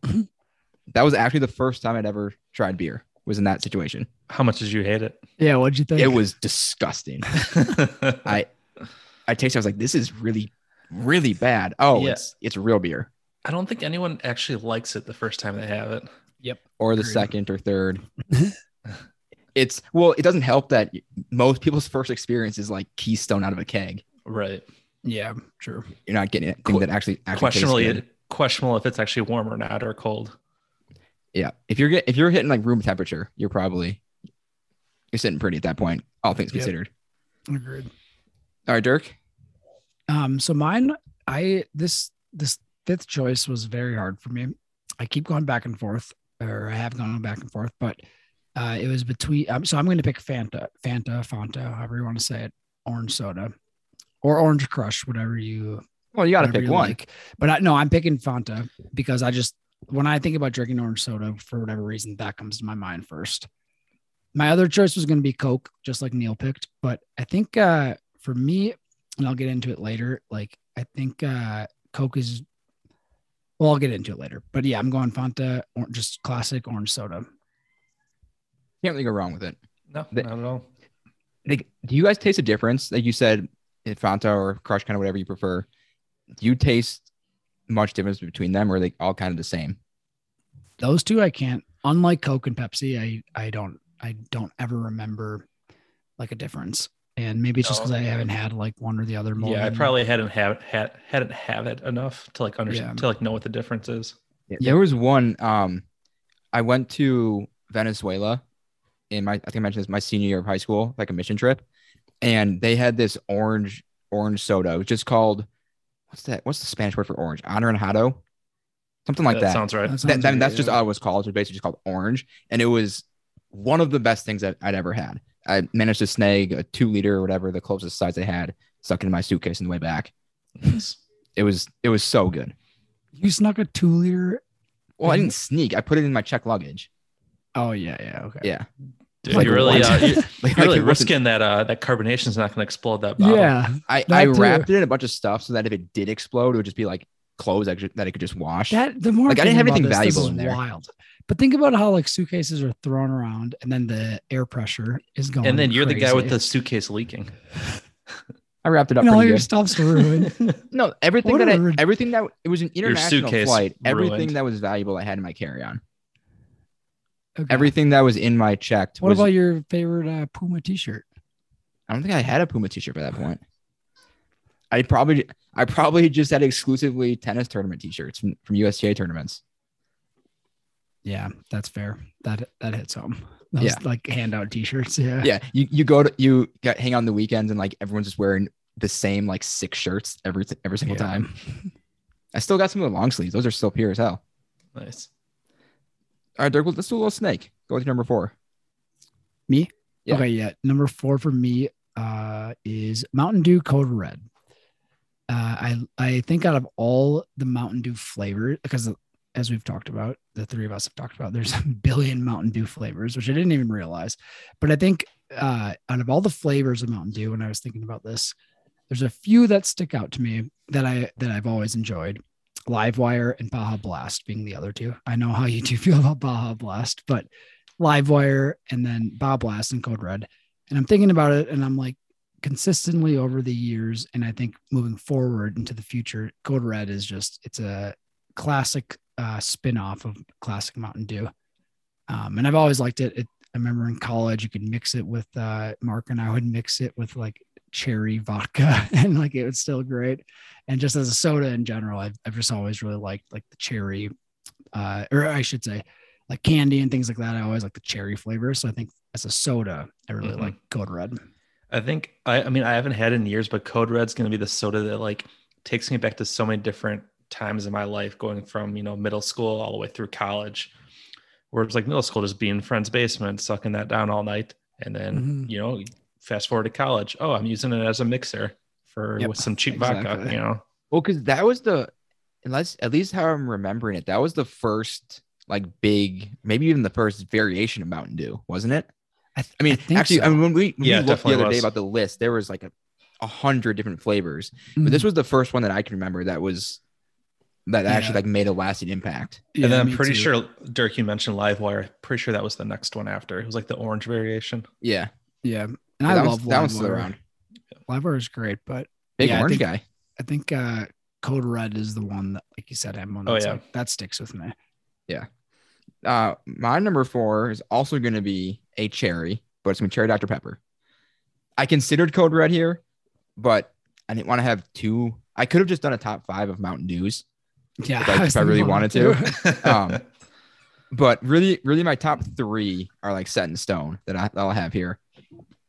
Speaker 1: that was actually the first time I'd ever tried beer. Was in that situation.
Speaker 3: how much did you hate it?
Speaker 2: yeah. What'd you think?
Speaker 1: It was disgusting. I- I tasted. I was like, this is really, really bad. Oh,
Speaker 3: Yeah.
Speaker 1: it's it's real beer.
Speaker 3: I don't think anyone actually likes it the first time they have it.
Speaker 1: or the
Speaker 2: Agreed.
Speaker 1: second or third. it's well, it doesn't help that most people's first experience is like Keystone out of a keg.
Speaker 3: Right.
Speaker 2: yeah, true.
Speaker 1: You're not getting anything
Speaker 3: Que-
Speaker 1: that actually actually tastes
Speaker 3: Questionably,
Speaker 1: good.
Speaker 3: questionable if it's actually warm or not or cold.
Speaker 1: Yeah, if you're get, if you're hitting like room temperature, you're probably you're sitting pretty at that point, all things
Speaker 2: Yep.
Speaker 1: considered.
Speaker 2: Agreed.
Speaker 1: All right, Dirk.
Speaker 2: Um, so mine, I this this fifth choice was very hard for me. I keep going back and forth, or I have gone back and forth, but uh, it was between. Um, so I'm going to pick Fanta, Fanta, Fanta, however you want to say it, orange soda, or Orange Crush, whatever you
Speaker 1: Well, you got to
Speaker 2: whatever
Speaker 1: pick
Speaker 2: you
Speaker 1: one.
Speaker 2: like. But I, no, I'm picking Fanta because I just when I think about drinking orange soda for whatever reason, that comes to my mind first. My other choice was going to be Coke, just like Neil picked. But I think uh, for me, and I'll get into it later. Like I think uh, Coke is. Well, I'll get into it later. But yeah, I'm going Fanta, or just classic orange soda.
Speaker 1: Can't really go wrong with it.
Speaker 3: No,
Speaker 1: The-
Speaker 3: not at all.
Speaker 1: Like, do you guys taste a difference? Like you said, in Fanta or Crush, kind of whatever you prefer. Do you taste much difference between them, or are they all kind of the same?
Speaker 2: those two I can't. Unlike Coke and Pepsi, I I don't I don't ever remember like a difference. And maybe it's just
Speaker 3: No.
Speaker 2: because I haven't had like one or the other more.
Speaker 3: yeah, I
Speaker 2: than-
Speaker 3: probably hadn't have had hadn't have it enough to like understand
Speaker 2: Yeah.
Speaker 3: to like know what the difference is.
Speaker 1: Yeah, there was one. Um, I went to Venezuela in my I think I mentioned this my senior year of high school, like a mission trip, and they had this orange orange soda. It was just called what's that? What's the Spanish word for orange? Anaranjado, something like that.
Speaker 3: sounds right.
Speaker 2: That sounds
Speaker 1: That- that-
Speaker 2: right,
Speaker 1: that's just
Speaker 2: yeah.
Speaker 1: all it was called. It was basically just called orange, and it was one of the best things that I'd ever had. I managed to snag a two liter or whatever the closest size they had, stuck in my suitcase on the way back.
Speaker 3: Nice.
Speaker 1: It was it was so good.
Speaker 2: you snuck a two liter.
Speaker 1: Well, I
Speaker 2: Mhm.
Speaker 1: didn't sneak. I put it in my check luggage.
Speaker 2: Oh yeah, yeah, okay.
Speaker 1: Yeah.
Speaker 3: Dude,
Speaker 1: Like
Speaker 3: you're really
Speaker 1: what?
Speaker 3: uh, you're, you're
Speaker 1: Like,
Speaker 3: really
Speaker 1: it wasn't-
Speaker 3: risking that uh that carbonation's not gonna explode that bottle.
Speaker 2: Yeah,
Speaker 1: I,
Speaker 2: That
Speaker 1: I
Speaker 2: too.
Speaker 1: wrapped it in a bunch of stuff so that if it did explode, it would just be like clothes that I could, that it could just wash.
Speaker 2: that the more
Speaker 1: Like, I didn't
Speaker 2: think
Speaker 1: have
Speaker 2: about
Speaker 1: anything
Speaker 2: this, this
Speaker 1: valuable
Speaker 2: is
Speaker 1: in there.
Speaker 2: Wild, but think about how like suitcases are thrown around, and then the air pressure is going.
Speaker 3: And then
Speaker 1: Oh,
Speaker 3: you're the guy with the
Speaker 2: crazy.
Speaker 3: suitcase leaking.
Speaker 1: I wrapped it up
Speaker 2: and all
Speaker 1: pretty
Speaker 2: your
Speaker 1: good.
Speaker 2: stuff's ruined.
Speaker 1: No, everything
Speaker 2: What
Speaker 1: that
Speaker 2: a
Speaker 1: I,
Speaker 2: rid-
Speaker 1: everything that it was an international
Speaker 3: suitcase
Speaker 1: flight. Everything
Speaker 3: ruined.
Speaker 1: that was valuable I had in my carry-on.
Speaker 2: Okay.
Speaker 1: Everything that was in my checked.
Speaker 2: What
Speaker 1: was,
Speaker 2: about your favorite uh, Puma T-shirt?
Speaker 1: I don't think I had a Puma t-shirt by that point. I probably I probably just had exclusively tennis tournament t-shirts from, from USTA tournaments.
Speaker 2: Yeah, that's fair. That that hits home. Those,
Speaker 1: Yeah.
Speaker 2: like handout t-shirts. Yeah.
Speaker 1: Yeah, you, you go to you get, hang on the weekends and like everyone's just wearing the same like six shirts every every single
Speaker 3: Yeah.
Speaker 1: time. I still got some of the long sleeves; those are still pure as hell.
Speaker 3: Nice.
Speaker 1: All right, Dirk, well, let's do a little snake. Go with number four. Yeah.
Speaker 2: Okay, yeah. Number four for me uh, is Mountain Dew Code Red. Uh, I I think out of all the Mountain Dew flavors, because as we've talked about, the three of us have talked about, there's a billion Mountain Dew flavors, which I didn't even realize. But I think uh, out of all the flavors of Mountain Dew, when I was thinking about this, there's a few that stick out to me that I that I've always enjoyed. Livewire and Baja Blast being the other two. I know how you two feel about Baja Blast, but Livewire and then Bob Blast and Code Red. And I'm thinking about it and I'm like consistently over the years and I think moving forward into the future, Code Red is just it's a classic uh spin-off of classic Mountain Dew. Um and I've always liked it. it I remember in college you could mix it with uh Mark and I would mix it with like cherry vodka and like it was still great. And just as a soda in general, I've, I've just always really liked like the cherry uh or I should say like candy and things like that. I always like the cherry flavor. So I think as a soda, I really
Speaker 3: Mhm.
Speaker 2: like Code Red.
Speaker 3: I think I, I mean I haven't had it in years, but Code Red's gonna be the soda that like takes me back to so many different times in my life, going from you know middle school all the way through college, where it's like middle school just being in friend's basement, sucking that down all night, and then
Speaker 2: Mhm.
Speaker 3: you know fast forward to college. Oh, I'm using it as a mixer for
Speaker 2: Yep,
Speaker 3: with some cheap vodka.
Speaker 2: exactly.
Speaker 3: You know,
Speaker 1: Well, because that was the, unless at least how I'm remembering it, that was the first like big, maybe even the first variation of Mountain Dew, wasn't it?
Speaker 2: I, th-
Speaker 1: I mean,
Speaker 2: think
Speaker 1: actually,
Speaker 2: so.
Speaker 1: I mean, when we, when
Speaker 3: Yeah, it
Speaker 1: we looked the
Speaker 3: definitely
Speaker 1: other day
Speaker 3: was.
Speaker 1: about the list, there was like a, a hundred different flavors, but this was the first one that I can remember that was that
Speaker 2: Yeah.
Speaker 1: actually like made a lasting impact.
Speaker 2: Yeah,
Speaker 3: and then I'm
Speaker 2: me
Speaker 3: pretty
Speaker 2: too.
Speaker 3: sure Dirk, you mentioned Livewire. Pretty sure that was the next one after. It was like the orange variation.
Speaker 1: Yeah,
Speaker 2: Yeah, and
Speaker 1: Yeah,
Speaker 2: I
Speaker 1: that
Speaker 2: love
Speaker 1: one's, that one's still
Speaker 2: Livewire.
Speaker 1: around.
Speaker 2: Livewire is great, but
Speaker 1: Big
Speaker 2: Yeah, I
Speaker 1: orange
Speaker 2: think-
Speaker 1: guy.
Speaker 2: I think uh Code Red is the one that, like you said, I'm one.
Speaker 3: Oh,
Speaker 2: that's
Speaker 3: yeah.
Speaker 2: like- that sticks with me.
Speaker 1: Uh, my number four is also going to be a cherry, but it's going to be cherry Dr. Pepper. I considered Code Red here, but I didn't want to have two. I could have just done a top five of Mountain Dews,
Speaker 2: Yeah,
Speaker 1: If I-
Speaker 2: was
Speaker 1: if I
Speaker 2: thinking
Speaker 1: really
Speaker 2: about
Speaker 1: wanted
Speaker 2: it,
Speaker 1: to.
Speaker 2: too.
Speaker 1: Um, but really, really, my top three are like set in stone that, I, that I'll have here,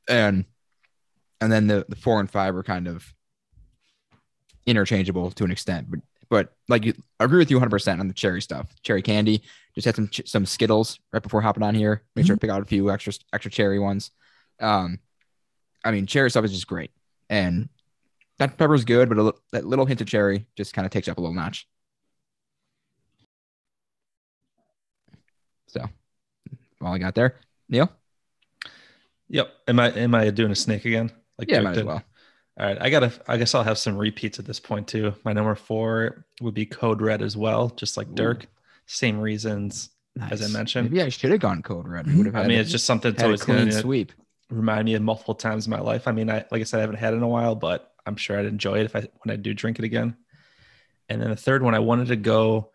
Speaker 1: and and then the the four and five are kind of interchangeable to an extent, but. But like, you, I agree with you 100% on the cherry stuff. Cherry candy. Just had some ch- some Skittles right before hopping on here. Make sure to pick out a few extra extra cherry ones. Um, I mean, cherry stuff is just great, and Dr Pepper is good, but a little, that little hint of cherry just kind of takes you up a little notch. So, all I got there, Neil.
Speaker 3: Yep. Am I am I doing a snake again? Like
Speaker 1: yeah,
Speaker 3: Dirk
Speaker 1: might as
Speaker 3: did?
Speaker 1: well.
Speaker 3: All right, I gotta. I guess I'll have some repeats at this point too. My number four would be Code Red as well, just like
Speaker 1: Ooh.
Speaker 3: Dirk. Same reasons as I
Speaker 2: Nice.
Speaker 3: mentioned.
Speaker 1: Maybe I should have gone code red.
Speaker 2: Mhm.
Speaker 1: Would have
Speaker 3: Mm-hmm. I
Speaker 1: had
Speaker 3: mean,
Speaker 1: a-
Speaker 3: it's just something that's
Speaker 1: had a
Speaker 3: always
Speaker 1: clean
Speaker 3: gonna
Speaker 1: sweep.
Speaker 3: remind me of multiple times in my life. I mean, I like I said, I haven't had it in a while, but I'm sure I'd enjoy it if I when I do drink it again. And then the third one, I wanted to go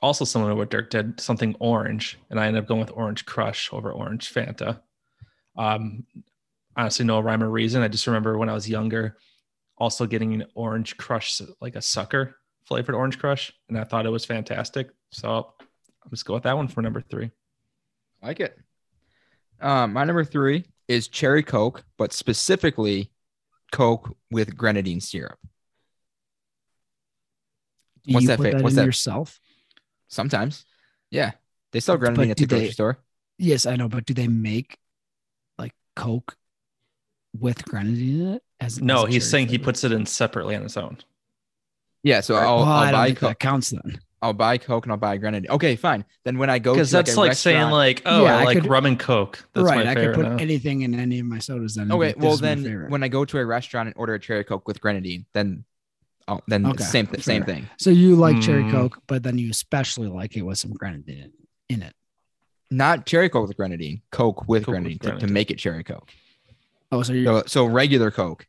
Speaker 3: also similar to what Dirk did, something orange, and I ended up going with Orange Crush over Orange Fanta. Um, honestly, no rhyme or reason. I just remember when I was younger, also getting an Orange Crush, like a sucker flavored Orange Crush, and I thought it was fantastic. So I'll just go with that one for number three.
Speaker 1: Like it. Um, my number three is cherry coke, but specifically Coke with grenadine syrup.
Speaker 2: Do
Speaker 1: What's
Speaker 2: you
Speaker 1: that
Speaker 2: put
Speaker 1: fa-
Speaker 2: that
Speaker 1: what's
Speaker 2: in
Speaker 1: that-
Speaker 2: yourself?
Speaker 1: Sometimes, yeah, they sell
Speaker 2: But
Speaker 1: grenadine at the
Speaker 2: do they-
Speaker 1: grocery store.
Speaker 2: Yes, I know, but do they make like Coke with grenadine in it? As
Speaker 3: No,
Speaker 2: as a
Speaker 3: he's
Speaker 2: cherry
Speaker 3: saying he
Speaker 2: flavor?
Speaker 3: puts it in separately on his own.
Speaker 1: Yeah, so I'll,
Speaker 2: Well, Oh, I
Speaker 1: I'll
Speaker 2: don't
Speaker 1: buy
Speaker 2: think
Speaker 1: Coke.
Speaker 2: that counts then.
Speaker 1: I'll buy Coke and I'll buy grenadine. Okay, fine. Then when I go to
Speaker 3: because
Speaker 1: like,
Speaker 3: that's
Speaker 1: a
Speaker 3: like saying
Speaker 1: restaurant-
Speaker 3: like oh
Speaker 2: Yeah,
Speaker 3: I
Speaker 2: I
Speaker 3: like
Speaker 2: could-
Speaker 3: rum and coke that's
Speaker 2: right,
Speaker 3: my
Speaker 2: I could
Speaker 3: favorite
Speaker 2: put
Speaker 3: now.
Speaker 2: anything in any of my sodas then. and be
Speaker 1: okay,
Speaker 2: like, Mm-hmm. this
Speaker 1: well
Speaker 2: is my
Speaker 1: then
Speaker 2: favorite.
Speaker 1: when I go to a restaurant and order a cherry Coke with grenadine, then oh then
Speaker 2: Okay,
Speaker 1: same th- same
Speaker 2: fair.
Speaker 1: thing.
Speaker 2: So you like cherry
Speaker 1: Hmm.
Speaker 3: Mm.
Speaker 2: coke, but then you especially like it with some grenadine in in it.
Speaker 1: Not cherry Coke with grenadine, Coke with
Speaker 3: Coke with
Speaker 1: grenadine, to- To,
Speaker 3: grenadine.
Speaker 1: make it cherry Coke.
Speaker 2: Oh, so you're
Speaker 1: So, so regular Coke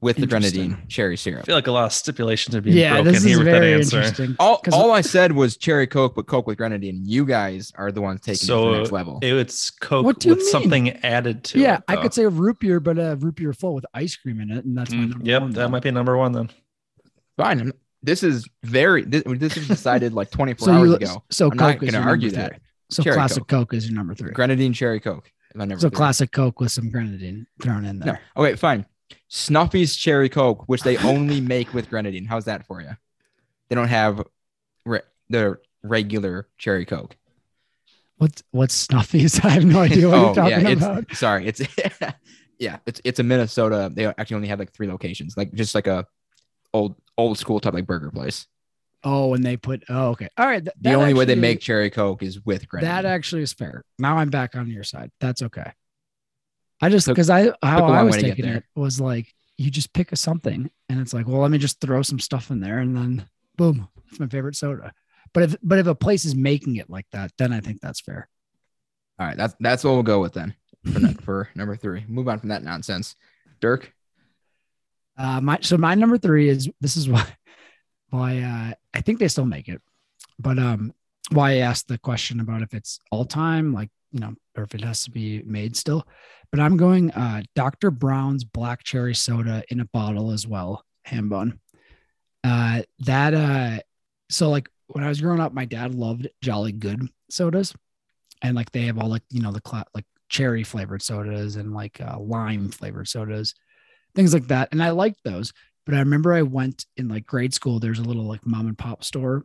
Speaker 1: with the
Speaker 2: Interesting.
Speaker 1: grenadine cherry
Speaker 3: i
Speaker 1: syrup.
Speaker 3: feel like a lot of stipulations are being
Speaker 2: yeah.
Speaker 3: broken
Speaker 2: This
Speaker 3: here
Speaker 2: is
Speaker 3: with that
Speaker 2: very
Speaker 3: answer
Speaker 2: interesting.
Speaker 1: All,
Speaker 2: 'Cause-
Speaker 1: all I said was cherry Coke, but Coke with grenadine. You guys are the ones taking it to
Speaker 3: So,
Speaker 1: the next level.
Speaker 3: It- it's coke
Speaker 2: What
Speaker 3: with
Speaker 2: do you mean?
Speaker 3: something added to
Speaker 2: yeah,
Speaker 3: it,
Speaker 2: I
Speaker 3: though.
Speaker 2: could say a root beer,
Speaker 1: Mm-hmm.
Speaker 2: but a root beer full with ice cream in it, and that's my
Speaker 3: Mm,
Speaker 2: number
Speaker 3: yep
Speaker 2: one.
Speaker 3: that might be number one then
Speaker 1: fine. I'm, this is very this, this was decided like 24
Speaker 2: So
Speaker 1: hours
Speaker 2: you
Speaker 1: ago.
Speaker 2: so
Speaker 1: I'm not
Speaker 2: Coke is
Speaker 1: going to
Speaker 2: your
Speaker 1: argue
Speaker 2: number
Speaker 1: that.
Speaker 2: three. So
Speaker 1: Cherry
Speaker 2: classic Coke. is your number three.
Speaker 1: Grenadine cherry Coke. If I never
Speaker 2: so classic Coke with some grenadine thrown in
Speaker 1: No.
Speaker 2: there.
Speaker 1: Okay, fine. Snuffy's cherry Coke, which they only make with grenadine. How's that for you? They don't have re- the regular cherry Coke.
Speaker 2: What's what's Snuffy's? I have no idea what you're talking
Speaker 1: Oh, yeah,
Speaker 2: about.
Speaker 1: it's sorry. It's yeah, it's it's a Minnesota. They actually only have like three locations, like just like a old old school type like burger place.
Speaker 2: Oh, and they put. Oh, okay. All right. th-
Speaker 1: The
Speaker 2: that
Speaker 1: only way they
Speaker 2: actually-
Speaker 1: make cherry Coke is with grenadine.
Speaker 2: that actually is fair. Now I'm back on your side. That's okay. I just
Speaker 1: Took-
Speaker 2: because I how
Speaker 1: long
Speaker 2: I was
Speaker 1: way to get
Speaker 2: taking
Speaker 1: there.
Speaker 2: it was like you just pick a something and it's like, well, let me just throw some stuff in there and then boom, it's my favorite soda. But if but if a place is making it like that, then I think that's fair.
Speaker 1: All right, that's that's what we'll go with then for, nu- for number three. Move on from that nonsense, Dirk.
Speaker 2: Uh, my so my number three is this is why why uh, I think they still make it, but um, why I asked the question about if it's all time, like you know, or if it has to be made still. But I'm going uh, Dr. Brown's black cherry soda in a bottle as well, ham bun. Uh, that uh, so like when I was growing up, my dad loved Jolly Good sodas, and like they have all like you know the cla- like cherry flavored sodas and like uh, lime flavored sodas things like that. And I liked those. But I remember I went in like grade school. There's a little like mom and pop store,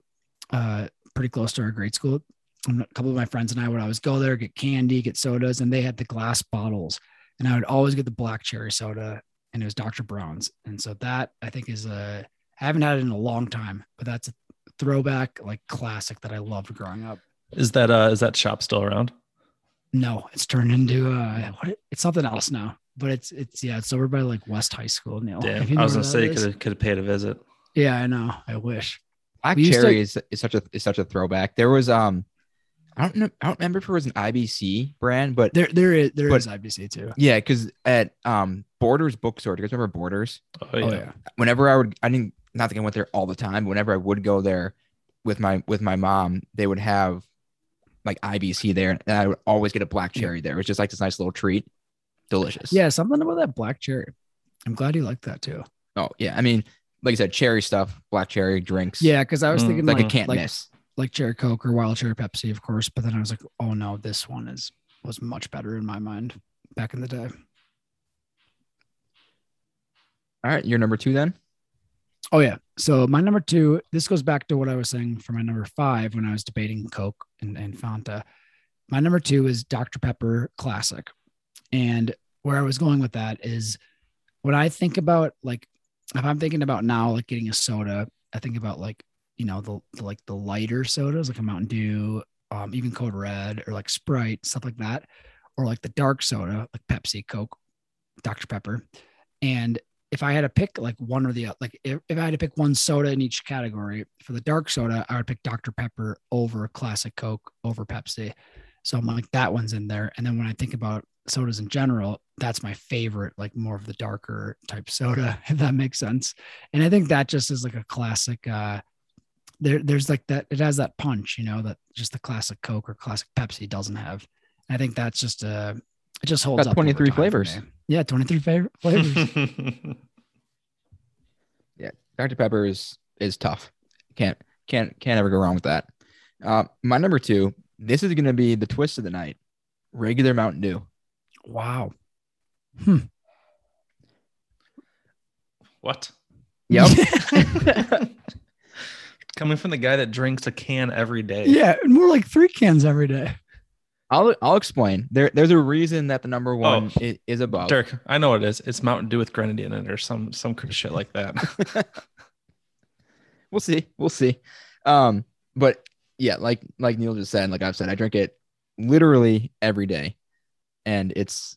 Speaker 2: uh, pretty close to our grade school. And a couple of my friends and I would always go there, get candy, get sodas, and they had the glass bottles. And I would always get the black cherry soda, and it was Dr. Brown's. And so that I think is a I haven't had it in a long time, but that's a throwback, like classic that I loved growing up.
Speaker 3: Is that uh is that shop still around?
Speaker 2: No, it's turned into uh, what, it's something else now. But it's it's yeah, it's over by like West High School, Neil. If Oh, you
Speaker 3: Damn,
Speaker 2: know
Speaker 3: I was
Speaker 2: where that
Speaker 3: gonna say
Speaker 2: is.
Speaker 3: could have could have paid a visit.
Speaker 2: Yeah, I know. I wish.
Speaker 1: Black
Speaker 2: We used to-
Speaker 1: cherry is, is such a is such a throwback. There was um, I don't know, I don't remember if it was an IBC brand, but
Speaker 2: There there is there
Speaker 1: But-
Speaker 2: is IBC too.
Speaker 1: yeah, because at um Borders bookstore, do you guys remember Borders?
Speaker 3: Oh yeah.
Speaker 1: Whenever I would, I didn't not that I went there all the time. But whenever I would go there with my with my mom, they would have like IBC there, and I would always get a black
Speaker 2: Yeah.
Speaker 1: cherry there. It was just like this nice little treat, delicious.
Speaker 2: Yeah, something about that black cherry. I'm glad you liked that too.
Speaker 1: Oh yeah, I mean, like I said, cherry stuff, black cherry drinks.
Speaker 2: Yeah, because I was
Speaker 3: Mm,
Speaker 2: thinking
Speaker 1: like,
Speaker 2: like
Speaker 1: it can't
Speaker 2: like,
Speaker 1: miss.
Speaker 2: like cherry coke or wild cherry Pepsi, of course. But then I was like, oh no, this one is was much better in my mind back in the day.
Speaker 1: All right, you're number two then.
Speaker 2: Oh yeah. So my number two, this goes back to what I was saying for my number five when I was debating Coke and, and Fanta. My number two is Dr. Pepper Classic. And where I was going with that is when I think about like if I'm thinking about now like getting a soda, I think about like, you know, the, the like the lighter sodas like a Mountain Dew, um, even Code Red or like Sprite, stuff like that, or like the dark soda, like Pepsi, Coke, Dr. Pepper. And if I had to pick like one or the other, like if, if I had to pick one soda in each category for the dark soda, I would pick Dr. Pepper over classic Coke over Pepsi. So I'm like, that one's in there. And then when I think about sodas in general, that's my favorite, like more of the darker type soda, if that makes sense. And I think that just is like a classic, uh, there, there's like that, it has that punch, you know, that just the classic Coke or classic Pepsi doesn't have. I think that's just, uh, it just holds
Speaker 1: Got
Speaker 2: up. over
Speaker 1: 23
Speaker 2: time for
Speaker 1: flavors.
Speaker 2: me. Yeah. 23 favorite flavors.
Speaker 1: Dr. Pepper is is tough. Can't can't can't ever go wrong with that. Uh, my number two. This is gonna be the twist of the night. Regular Mountain Dew.
Speaker 2: Wow.
Speaker 3: what?
Speaker 1: Yep.
Speaker 3: Coming from the guy that drinks a can every day.
Speaker 2: yeah, more like three cans every day.
Speaker 1: I'll I'll explain. There there's a reason that the number one i- is, above.
Speaker 3: Dirk, I know what it is. It's Mountain Dew with grenadine in it or some some kind of shit like that.
Speaker 1: We'll see. We'll see. Um, but yeah, like like Neil just said, like I've said, I drink it literally every day, and it's,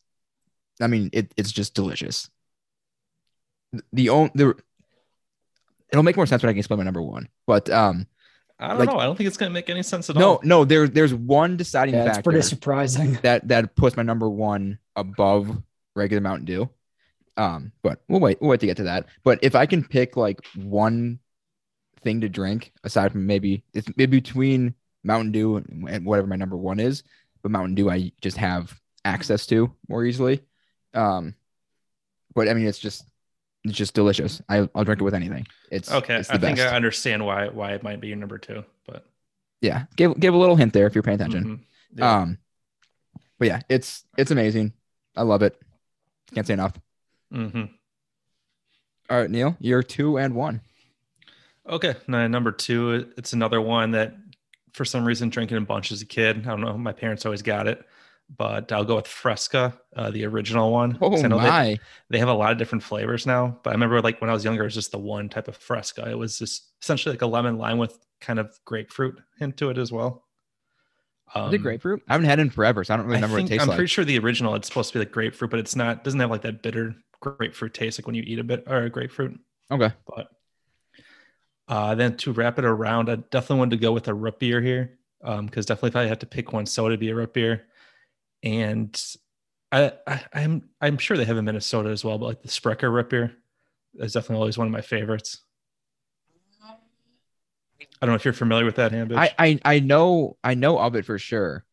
Speaker 1: I mean, it, it's just delicious. The- The only the it'll make more sense when I can explain my number one. But um,
Speaker 3: I don't
Speaker 1: Like-
Speaker 3: know. I don't think it's gonna make any sense at
Speaker 1: no,
Speaker 3: all.
Speaker 1: no, there there's one deciding
Speaker 2: Yeah, it's
Speaker 1: factor
Speaker 2: pretty surprising.
Speaker 1: that that puts my number one above regular Mountain Dew. Um, but we'll wait. We'll wait to get to that. But if I can pick like one thing to drink aside from maybe it's maybe between Mountain Dew and and whatever my number one is, but Mountain Dew I just have access to more easily. Um, but I mean, it's just It's just delicious. I, I'll drink it with anything. It's
Speaker 3: Okay,
Speaker 1: It's the
Speaker 3: I
Speaker 1: best.
Speaker 3: think I understand why why it might be your number two, but
Speaker 1: yeah, give give a little hint there if you're paying attention.
Speaker 3: mhm. Yeah.
Speaker 1: Um, but yeah, it's it's amazing. I love it. Can't say enough.
Speaker 3: Mhm.
Speaker 1: All right, Neil, you're two and one.
Speaker 3: Okay, now number two, it's another one that for some reason drinking in bunch as a kid. I don't know, my parents always got it, but I'll go with Fresca, uh, the original one. 'cause
Speaker 1: Oh
Speaker 3: I know they-
Speaker 1: my!
Speaker 3: they have a lot of different flavors now. But I remember like when I was younger, it was just the one type of fresca. It was just essentially like a lemon lime with kind of grapefruit hint to it as well. Um,
Speaker 1: Is it grapefruit? I haven't had it in forever, so I don't really
Speaker 3: I
Speaker 1: remember what it
Speaker 3: think,
Speaker 1: tastes
Speaker 3: I'm
Speaker 1: like.
Speaker 3: pretty sure the original it's supposed to be like grapefruit, but it's not. Doesn't have like that bitter grapefruit taste like when you eat a bit or a grapefruit.
Speaker 1: okay,
Speaker 3: But uh, then to wrap it around, I definitely wanted to go with a root beer here because definitely if I had to pick one soda, it'd be a root beer. And I, I, I'm I'm sure they have in Minnesota as well, but like the Sprecher root beer is definitely always one of my favorites. I don't know if you're familiar with that,
Speaker 1: I,
Speaker 3: Hambitch.
Speaker 1: I I know I know of it for sure.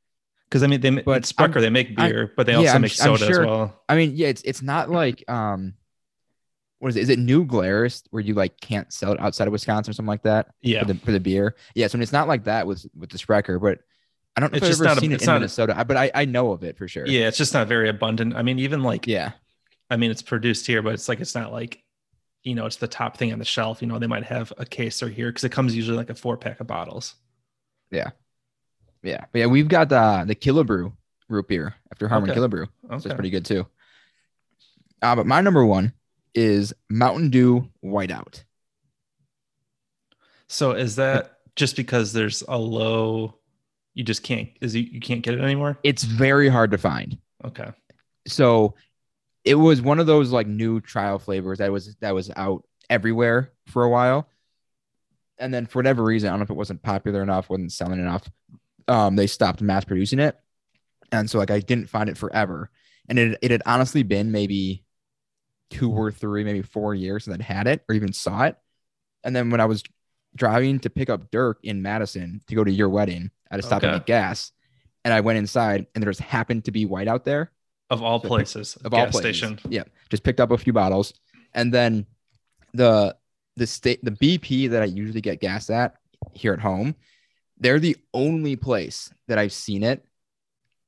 Speaker 3: Because I mean, they
Speaker 1: but
Speaker 3: but Sprecher they make
Speaker 1: I-
Speaker 3: beer, but they
Speaker 1: yeah,
Speaker 3: also
Speaker 1: I'm
Speaker 3: make
Speaker 1: sh- I'm
Speaker 3: soda
Speaker 1: sure-
Speaker 3: as well.
Speaker 1: I mean, yeah, it's it's not like um, what is it? Is it New Glarus where you like can't sell it outside of Wisconsin or something like that
Speaker 3: Yeah,
Speaker 1: for the for the beer? Yeah, so it's not like that with with the Sprecher, but I don't know
Speaker 3: It's
Speaker 1: if
Speaker 3: just
Speaker 1: I've ever
Speaker 3: not a-
Speaker 1: seen it
Speaker 3: it's
Speaker 1: in
Speaker 3: not a-
Speaker 1: Minnesota, I- but I I know of it for sure.
Speaker 3: yeah, it's just not very abundant. I mean, even like
Speaker 1: yeah,
Speaker 3: I mean, it's produced here, but it's like it's not like, you know, it's the top thing on the shelf. You know, they might have a case or here because it comes usually like a four pack of bottles.
Speaker 1: yeah, but yeah. We've got the the Killebrew root beer after Harmon
Speaker 3: Okay.
Speaker 1: Killebrew.
Speaker 3: Okay.
Speaker 1: So it's pretty good too. Uh, but my number one is Mountain Dew Whiteout.
Speaker 3: So is that just because there's a low, you just can't is it, you can't get it anymore?
Speaker 1: It's very hard to find.
Speaker 3: Okay.
Speaker 1: So it was one of those like new trial flavors that was that was out everywhere for a while. And then for whatever reason, I don't know if it wasn't popular enough, wasn't selling enough, um, they stopped mass producing it. And so like I didn't find it forever. And it it had honestly been maybe two or three, maybe four years since I'd had it or even saw it. And then when I was driving to pick up Dirk in Madison to go to your wedding, I had to stop and
Speaker 3: Okay.
Speaker 1: get gas. And I went inside and there just happened to be white out there
Speaker 3: Of all
Speaker 1: So-
Speaker 3: places,
Speaker 1: of
Speaker 3: gas
Speaker 1: all places.
Speaker 3: station.
Speaker 1: Yeah, just picked up a few bottles, and then the the state the BP that I usually get gas at here at home, they're the only place that I've seen it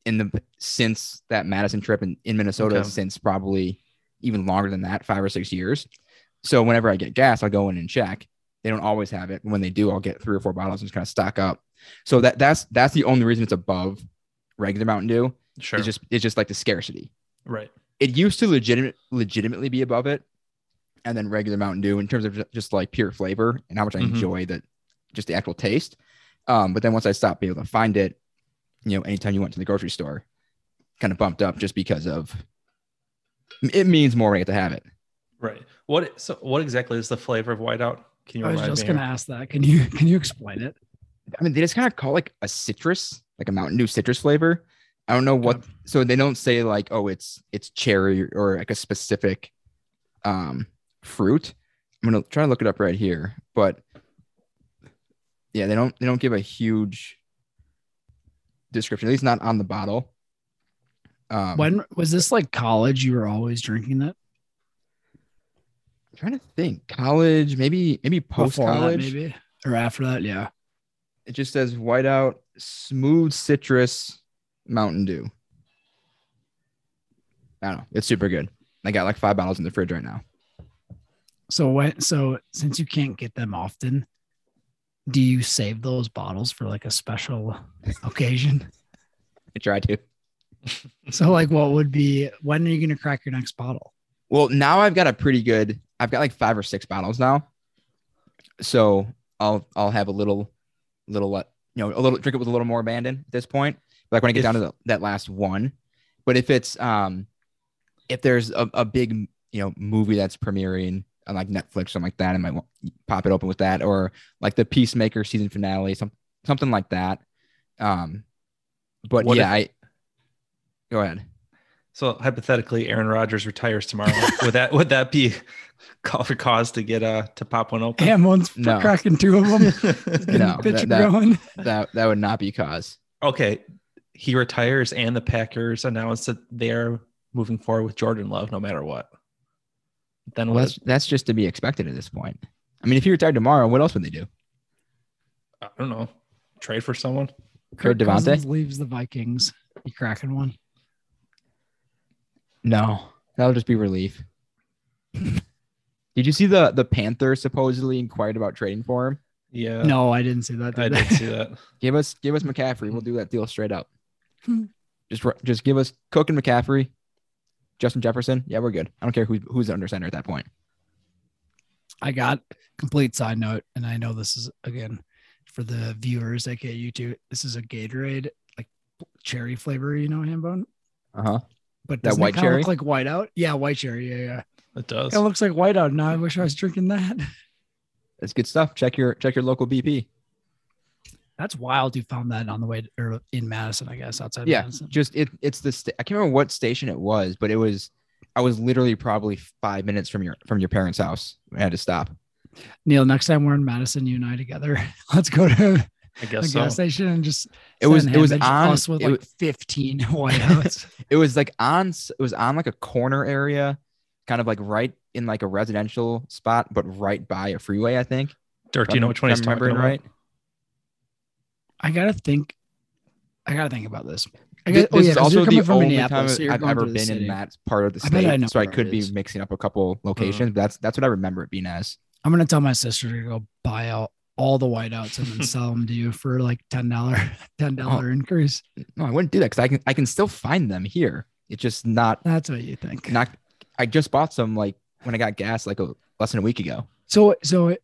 Speaker 1: in the since that Madison trip in, in Minnesota
Speaker 3: Okay.
Speaker 1: since probably even longer than that, five or six years. So whenever I get gas, I'll go in and check. They don't always have it. When they do, I'll get three or four bottles and just kind of stock up. So that that's that's the only reason it's above regular Mountain Dew.
Speaker 3: Sure.
Speaker 1: It's just it's just like the scarcity
Speaker 3: right.
Speaker 1: it used to legitimate legitimately be above it and then regular mountain dew in terms of ju- just like pure flavor and how much i
Speaker 3: Mhm.
Speaker 1: enjoy that just the actual taste um but then once i stopped being able to find it you know anytime you went to the grocery store kind of bumped up just because of it means more when i get to have it
Speaker 3: Right. What so what exactly is the flavor of whiteout? Can you
Speaker 2: I was
Speaker 3: remind
Speaker 2: just
Speaker 3: me?
Speaker 2: gonna ask that. Can you can you explain it?
Speaker 1: i mean they just kind of call it like a citrus like a mountain dew citrus flavor i don't know what so they don't say like oh it's it's cherry or like a specific um fruit i'm gonna try to look it up right here but yeah they don't they don't give a huge description at least not on the bottle um
Speaker 2: When was this like college? You were always drinking that
Speaker 1: I'm trying to think college maybe maybe post
Speaker 2: Before that,
Speaker 1: college
Speaker 2: maybe or after that. Yeah,
Speaker 1: it just says whiteout smooth citrus mountain dew i don't know it's super good i got like five bottles in the fridge right now
Speaker 2: So what? So since you can't get them often, do you save those bottles for like a special occasion?
Speaker 1: i tried to
Speaker 2: So like, what would be? When are you gonna crack your next bottle?
Speaker 1: Well, now I've got a pretty good. I've got like five or six bottles now, so I'll I'll have a little, little uh, you know a little drink it with a little more abandon at this point. Like when I get
Speaker 3: If-
Speaker 1: down to the, that last one, but if it's um, if there's a, a big you know movie that's premiering on like Netflix or something like that, I might wa- pop it open with that or like the Peacemaker season finale, some something like that. Um, but
Speaker 3: What
Speaker 1: yeah, I go ahead.
Speaker 3: So hypothetically, Aaron Rodgers retires tomorrow. would that would that be call for cause to get uh to pop one open?
Speaker 2: Damn, one's for
Speaker 1: No.
Speaker 2: cracking two of them. Get
Speaker 1: No,
Speaker 2: the bitch
Speaker 1: that- that-
Speaker 2: going.
Speaker 1: That that would not be cause.
Speaker 3: okay, he retires, and the Packers announced that they're moving forward with Jordan Love no matter what. Then
Speaker 1: Well,
Speaker 3: what?
Speaker 1: that's that's just to be expected at this point. I mean, if he retired tomorrow, what else would they do?
Speaker 3: I don't know. Trade for someone.
Speaker 1: Kirk Devontae?
Speaker 2: Cousins leaves the Vikings. You cracking one?
Speaker 1: No, that'll just be relief. Did you see the the Panthers supposedly inquired about trading for him?
Speaker 3: Yeah.
Speaker 2: no, I didn't see that.
Speaker 3: I
Speaker 2: Did I
Speaker 3: did see that.
Speaker 1: Give us give us McCaffrey. We'll do that deal straight up.
Speaker 2: Hmm.
Speaker 1: just ru- just give us Cook and McCaffrey, Justin Jefferson. Yeah, we're good. I don't care who who's under center at that point.
Speaker 2: I got complete side note, and I know this is again for the viewers, aka you two. This is a Gatorade like cherry flavor, you know, Hambone.
Speaker 1: Uh huh.
Speaker 2: But
Speaker 1: That
Speaker 2: doesn't
Speaker 1: white
Speaker 2: it kinda
Speaker 1: cherry?
Speaker 2: look like whiteout? Yeah, white cherry. Yeah, yeah.
Speaker 3: It does.
Speaker 2: It looks like whiteout. Now I wish I was drinking that.
Speaker 1: That's good stuff. Check your check your local BP.
Speaker 2: That's wild. You found that on the way to, or in Madison, I guess, outside.
Speaker 1: Yeah.
Speaker 2: Madison.
Speaker 1: Just it it's the sta- I can't remember what station it was, but it was I was literally probably five minutes from your from your parents' house. I had to stop.
Speaker 2: Neil, next time we're in Madison, you and I together, let's go to
Speaker 3: I
Speaker 2: a
Speaker 3: guess
Speaker 2: gas
Speaker 3: so.
Speaker 2: station and just.
Speaker 1: It was-
Speaker 2: send
Speaker 1: it was
Speaker 2: him and
Speaker 1: on-
Speaker 2: us with
Speaker 1: it
Speaker 2: like
Speaker 1: was-
Speaker 2: fifteen whiteouts.
Speaker 1: It was like on s- it was on like a corner area, kind of like right in like a residential spot, but right by a freeway. I think.
Speaker 3: Dirk, do you know which one
Speaker 1: If
Speaker 3: he's
Speaker 1: I'm
Speaker 3: talking
Speaker 1: remembering
Speaker 3: about?
Speaker 1: right?
Speaker 2: I gotta think. I gotta think about this. I
Speaker 1: This,
Speaker 2: guess, oh
Speaker 1: this
Speaker 2: yeah,
Speaker 1: is
Speaker 2: 'cause you're
Speaker 1: also
Speaker 2: coming
Speaker 1: the
Speaker 2: from
Speaker 1: only time
Speaker 2: Minneapolis, so you're
Speaker 1: I've
Speaker 2: going
Speaker 1: ever
Speaker 2: through the
Speaker 1: been in
Speaker 2: city.
Speaker 1: that part of the
Speaker 2: I bet I
Speaker 1: state,
Speaker 2: know
Speaker 1: so I
Speaker 2: where it
Speaker 1: could be
Speaker 2: is.
Speaker 1: mixing up a couple locations. But that's that's what I remember it being as.
Speaker 2: I'm gonna tell my sister to go buy out all the whiteouts and then sell them to you for like ten dollar, ten
Speaker 1: Oh.
Speaker 2: dollar increase.
Speaker 1: No, I wouldn't do that because I can I can still find them here. It's just not
Speaker 2: That's what you think.
Speaker 1: not. I just bought some like when I got gas like a less than a week ago.
Speaker 2: so so, it,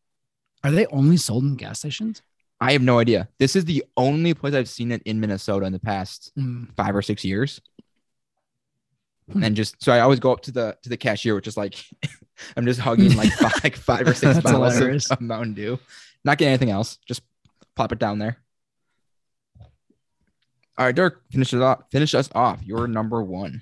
Speaker 2: are they only sold in gas stations?
Speaker 1: I have no idea. This is the only place I've seen it in Minnesota in the past
Speaker 2: Mm.
Speaker 1: five or six years.
Speaker 2: Hmm.
Speaker 1: And just so I always go up to the to the cashier, which is like I'm just hugging like five, like five or six
Speaker 2: That's
Speaker 1: bottles
Speaker 2: hilarious.
Speaker 1: of, of Mountain Dew. Not getting anything else. Just plop it down there. All right, Dirk, finish it off. Finish us off. You're number one.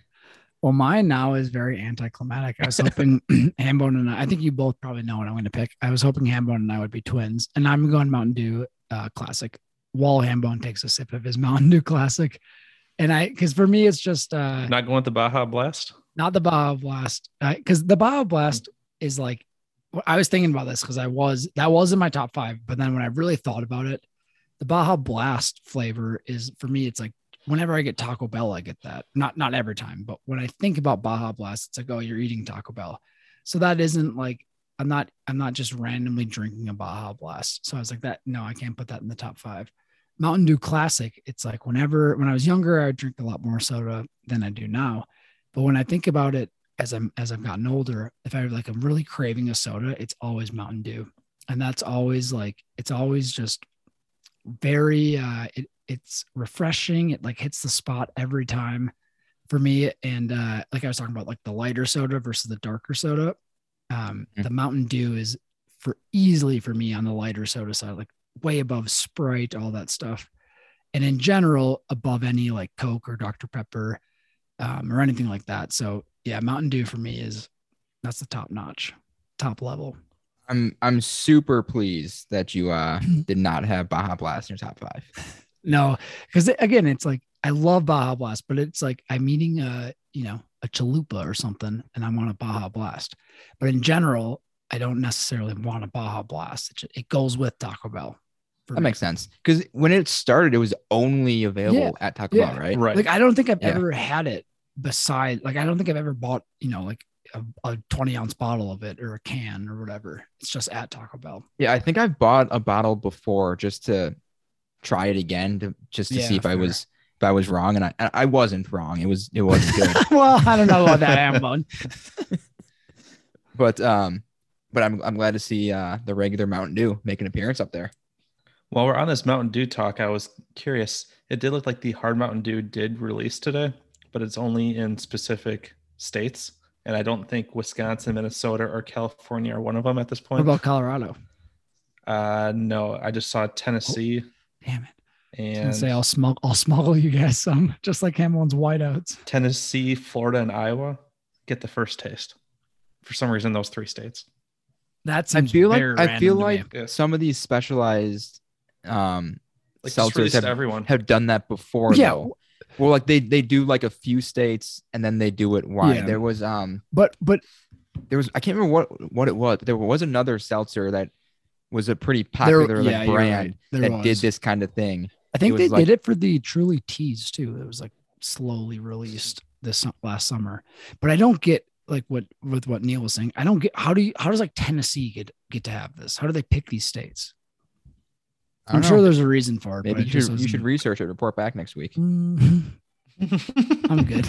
Speaker 2: Well, mine now is very anticlimactic. I was hoping Hambone and I, I think you both probably know what I'm going to pick. I was hoping Hambone and I would be twins, and I'm going Mountain Dew uh, Classic. While Hambone takes a sip of his Mountain Dew Classic, and I, because for me it's just uh,
Speaker 3: Not going with the Baja Blast.
Speaker 2: not the Baja Blast, because the Baja Blast is like I was thinking about this because I was that was in my top five, but then when I really thought about it, the Baja Blast flavor is for me. It's like whenever I get Taco Bell, I get that. Not not every time, but when I think about Baja Blast, it's like oh, you're eating Taco Bell, so that isn't like I'm not I'm not just randomly drinking a Baja Blast. So I was like that. No, I can't put that in the top five. Mountain Dew Classic. It's like whenever when I was younger, I would drink a lot more soda than I do now. But when I think about it as I'm as I've gotten older, if I like I'm really craving a soda, it's always Mountain Dew. And that's always like it's always just very uh it, it's refreshing. It like hits the spot every time for me. And uh like I was talking about like the lighter soda versus the darker soda. Um
Speaker 1: Mm.
Speaker 2: the Mountain Dew is for easily for me on the lighter soda side, like way above Sprite, all that stuff. And in general, above any like Coke or Dr. Pepper um, or anything like that. So yeah, Mountain Dew for me is that's the top notch, top level.
Speaker 1: I'm I'm super pleased that you uh did not have Baja Blast in your top five.
Speaker 2: No, because again, it's like I love Baja Blast, but it's like I'm eating a you know a chalupa or something, and I want a Baja Blast. But in general, I don't necessarily want a Baja Blast. It, ju- it goes with Taco Bell. for
Speaker 1: That
Speaker 2: me.
Speaker 1: makes sense because when it started, it was only available
Speaker 2: Yeah.
Speaker 1: at Taco
Speaker 2: Yeah.
Speaker 1: Bell, right?
Speaker 3: Right.
Speaker 2: Like I don't think I've
Speaker 1: Yeah.
Speaker 2: ever had it beside like I don't think I've ever bought, you know, like a, a 20 ounce bottle of it or a can or whatever. It's just at Taco Bell.
Speaker 1: Yeah, I think I've bought a bottle before just to try it again, to just to
Speaker 2: Yeah,
Speaker 1: see if I
Speaker 2: fair.
Speaker 1: was if I was wrong, and I and I wasn't wrong. It was it was good,
Speaker 2: well, I don't know about that Ambone.
Speaker 1: but um, but I'm I'm glad to see uh the regular Mountain Dew make an appearance up there.
Speaker 3: While we're on this Mountain Dew talk, I was curious. It did look like the Hard Mountain Dew did release today, but it's only in specific states. And I don't think Wisconsin, Minnesota, or California are one of them at this
Speaker 2: What
Speaker 3: point.
Speaker 2: about Colorado?
Speaker 3: Uh, no, I just saw Tennessee
Speaker 2: Damn it. I was
Speaker 3: and
Speaker 2: gonna say I'll smuggle I'll smuggle you guys some, just like Hamlin's whiteouts.
Speaker 3: Tennessee, Florida, and Iowa get the first taste. For some reason, those three states.
Speaker 2: That
Speaker 1: I
Speaker 2: seems
Speaker 1: feel like
Speaker 2: very
Speaker 1: I
Speaker 2: random
Speaker 1: feel
Speaker 2: to me.
Speaker 1: like
Speaker 3: Yeah.
Speaker 1: some of these specialized um
Speaker 3: Like just
Speaker 1: Seltzers
Speaker 3: released
Speaker 1: have-
Speaker 3: to everyone.
Speaker 1: have done that before.
Speaker 2: Yeah.
Speaker 1: though. well, like they they do like a few states and then they do it wide.
Speaker 2: Yeah.
Speaker 1: There was um
Speaker 2: but but
Speaker 1: there was I can't remember what what it was, but there was another seltzer that was a pretty popular like,
Speaker 2: yeah, you're
Speaker 1: brand
Speaker 2: right. There
Speaker 1: that did
Speaker 2: was.
Speaker 1: this kind of thing.
Speaker 2: I think
Speaker 1: it
Speaker 2: they
Speaker 1: was like-
Speaker 2: did it for the Truly Teas too. It was like slowly released this sum- last summer, but I don't get like what with what Neil was saying. I don't get how do you how does like Tennessee get get to have this? How do they pick these states?
Speaker 1: I
Speaker 2: I'm
Speaker 1: don't
Speaker 2: sure
Speaker 1: know.
Speaker 2: there's a reason for it.
Speaker 1: maybe
Speaker 2: but
Speaker 1: you
Speaker 2: it just
Speaker 1: should you
Speaker 2: doesn't-
Speaker 1: should research it. Report back next week.
Speaker 2: Mhm. I'm good.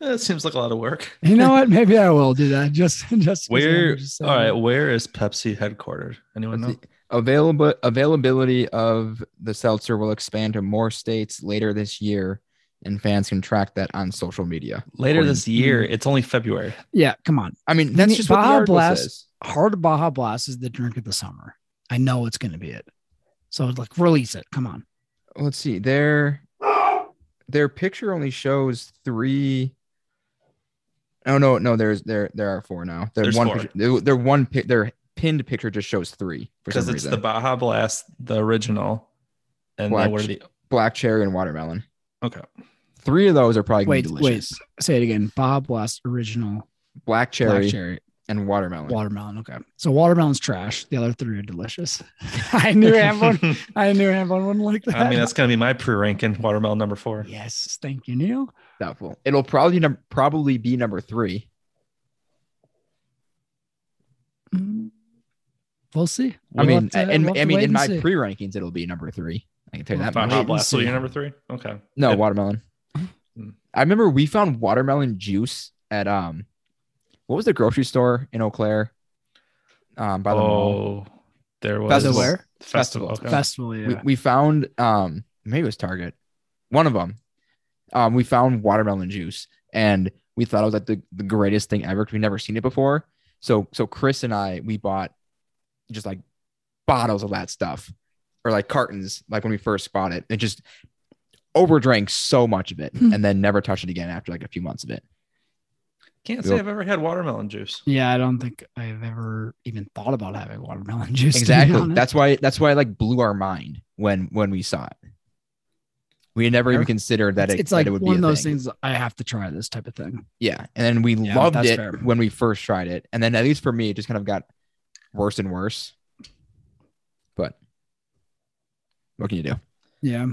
Speaker 3: that seems like a lot of work.
Speaker 2: You know what? Maybe I will do that. Just just 'cause
Speaker 3: Where?
Speaker 2: Andrew just said
Speaker 3: All right.
Speaker 2: that.
Speaker 3: Where is Pepsi headquartered? Anyone know?
Speaker 1: Let's see. Available availability of the seltzer will expand to more states later this year, and fans can track that on social media.
Speaker 3: Later
Speaker 1: According-
Speaker 3: this year. It's only February.
Speaker 2: Yeah, come on.
Speaker 1: I mean, that's
Speaker 2: Ne-
Speaker 1: just what the
Speaker 2: Baja
Speaker 1: article
Speaker 2: Blast-
Speaker 1: says.
Speaker 2: Hard Baja Blast is the drink of the summer. I know it's going to be it. So like, release it. Come on.
Speaker 1: Let's see. Their their picture only shows three. Oh no, no, there's there there are four now. Their
Speaker 3: There's
Speaker 1: one
Speaker 3: four.
Speaker 1: picture, their, their one pi- their pinned picture just shows three for some
Speaker 3: because it's
Speaker 1: reason.
Speaker 3: the Baja Blast, the original, and
Speaker 1: Black
Speaker 3: then what are the
Speaker 1: Black cherry and watermelon.
Speaker 3: okay?
Speaker 1: Three of those are probably gonna
Speaker 2: Wait,
Speaker 1: be
Speaker 2: wait.
Speaker 1: delicious.
Speaker 2: Say it again. Baja Blast original
Speaker 1: Black cherry
Speaker 2: black cherry
Speaker 1: and watermelon.
Speaker 2: watermelon. Okay, so watermelon's trash. The other three are delicious. I knew Ambon. I knew Ambon wouldn't like that.
Speaker 3: I mean, that's gonna be my pre-ranking watermelon number four.
Speaker 2: yes. Thank you, Neil.
Speaker 1: Doubtful. It'll probably num- probably be number three.
Speaker 2: Mm. We'll see.
Speaker 1: I
Speaker 2: We'll
Speaker 1: mean,
Speaker 2: have to-
Speaker 1: in,
Speaker 2: we'll have
Speaker 1: I
Speaker 2: to
Speaker 1: mean, in
Speaker 2: wait and
Speaker 1: my
Speaker 2: see.
Speaker 1: pre rankings, it'll be number three. I can tell you that.
Speaker 2: Fine.
Speaker 1: much.
Speaker 3: Baja
Speaker 2: Wait and
Speaker 3: Blast. So
Speaker 2: see.
Speaker 3: you're number three. Okay.
Speaker 1: No
Speaker 3: Yep.
Speaker 1: watermelon.
Speaker 2: Hmm.
Speaker 3: Mm.
Speaker 1: I remember we found watermelon juice at um, what was the grocery store in Eau Claire? Um, by the mall.
Speaker 3: oh, there was
Speaker 1: Festival.
Speaker 2: Where?
Speaker 1: Festival.
Speaker 3: Festival. okay.
Speaker 2: festival. Yeah.
Speaker 1: We, we found um, maybe it was Target, one of them. Um, we found watermelon juice, and we thought it was like the, the greatest thing ever because we never seen it before. So so Chris and I we bought just like bottles of that stuff, or like cartons, like when we first bought it, and just overdrank so much of it,
Speaker 2: Hmm.
Speaker 1: and then never touched it again after like a few months of it.
Speaker 3: Can't say I've ever had watermelon juice.
Speaker 2: yeah, I don't think I've ever even thought about having watermelon juice. to be
Speaker 1: Exactly.
Speaker 2: honest.
Speaker 1: That's why that's why it like blew our mind when when we saw it. We had never even
Speaker 2: Fair.
Speaker 1: considered that
Speaker 2: it's,
Speaker 1: it,
Speaker 2: it's like
Speaker 1: that it would
Speaker 2: one
Speaker 1: be
Speaker 2: of
Speaker 1: a
Speaker 2: those
Speaker 1: thing.
Speaker 2: things I have to try this type of thing.
Speaker 1: Yeah. And then we
Speaker 2: Yeah,
Speaker 1: loved
Speaker 2: that's
Speaker 1: it
Speaker 2: fair.
Speaker 1: when we first tried it. And then at least for me, it just kind of got worse and worse. But what can you do?
Speaker 2: Yeah.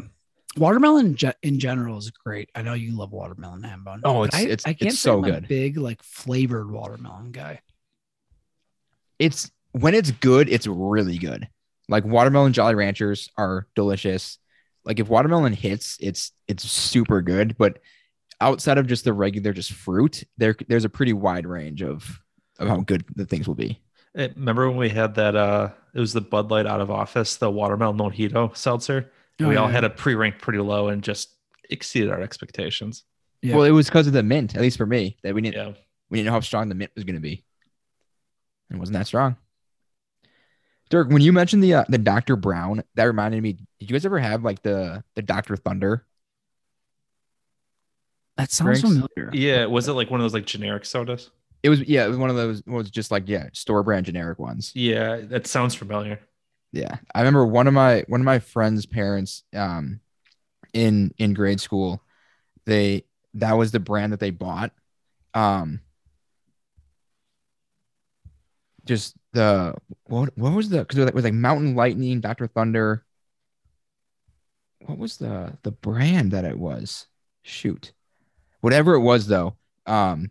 Speaker 2: Watermelon in, ge- in general is great. I know you love watermelon ham bone.
Speaker 1: Oh,
Speaker 2: but
Speaker 1: it's-
Speaker 2: I,
Speaker 1: it's-
Speaker 2: I
Speaker 1: it's
Speaker 2: can't say
Speaker 1: so
Speaker 2: I'm a
Speaker 1: good.
Speaker 2: big like flavored watermelon guy.
Speaker 1: It's when it's good, it's really good. Like watermelon Jolly Ranchers are delicious. Like if watermelon hits, it's it's super good. But outside of just the regular just fruit, there there's a pretty wide range of of how good the things will be.
Speaker 3: Eh, remember when we had that? uh It was the Bud Light out of office, the watermelon mojito seltzer.
Speaker 2: Oh,
Speaker 3: And we all had a pre-rank pretty low and just exceeded our expectations.
Speaker 2: Yeah.
Speaker 1: Well, it was because of the mint, at least for me, that we didn't
Speaker 3: Yeah.
Speaker 1: we didn't know how strong the mint was going to be. It wasn't that strong. Dirk, when you mentioned the uh, the Dr. Brown, that reminded me. Did you guys ever have like the the Dr. Thunder?
Speaker 2: that sounds
Speaker 1: drinks.
Speaker 2: familiar.
Speaker 3: Yeah. Was it like one of those like generic sodas?
Speaker 1: It was yeah, it was one of those it was just like yeah, store brand generic ones.
Speaker 3: Yeah, that sounds familiar.
Speaker 1: Yeah. I remember one of my one of my friends' parents um in in grade school, they that was the brand that they bought. Um just the what what was the because it was like Mountain Lightning, Dr. Thunder. What was the the brand that it was? Shoot. Whatever it was though, um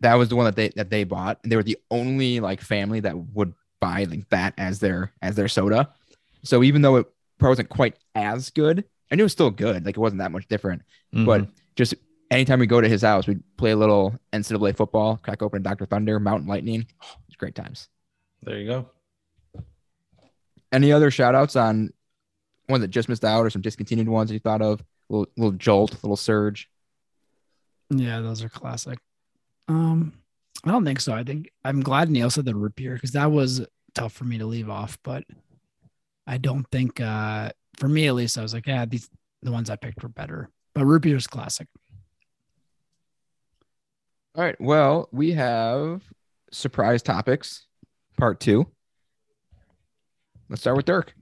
Speaker 1: that was the one that they that they bought. They were the only like family that would buy like that as their as their soda. So even though it probably wasn't quite as good, I knew it was still good. Like it wasn't that much different.
Speaker 2: Mm-hmm.
Speaker 1: But just anytime we go to his house, we'd play a little NCAA football, crack open a Dr. Thunder, Mountain Lightning. It's great times.
Speaker 3: there you go.
Speaker 1: Any other shout outs on ones that just missed out or some discontinued ones that you thought of? Little, little jolt, little surge.
Speaker 2: Yeah, those are classic. Um, I don't think so. I think I'm glad Neil said the root beer because that was tough for me to leave off, but I don't think uh for me at least I was like, yeah, these the ones I picked were better. But root beer is classic.
Speaker 1: All right. Well, we have surprise topics, part two. Let's start with Dirk.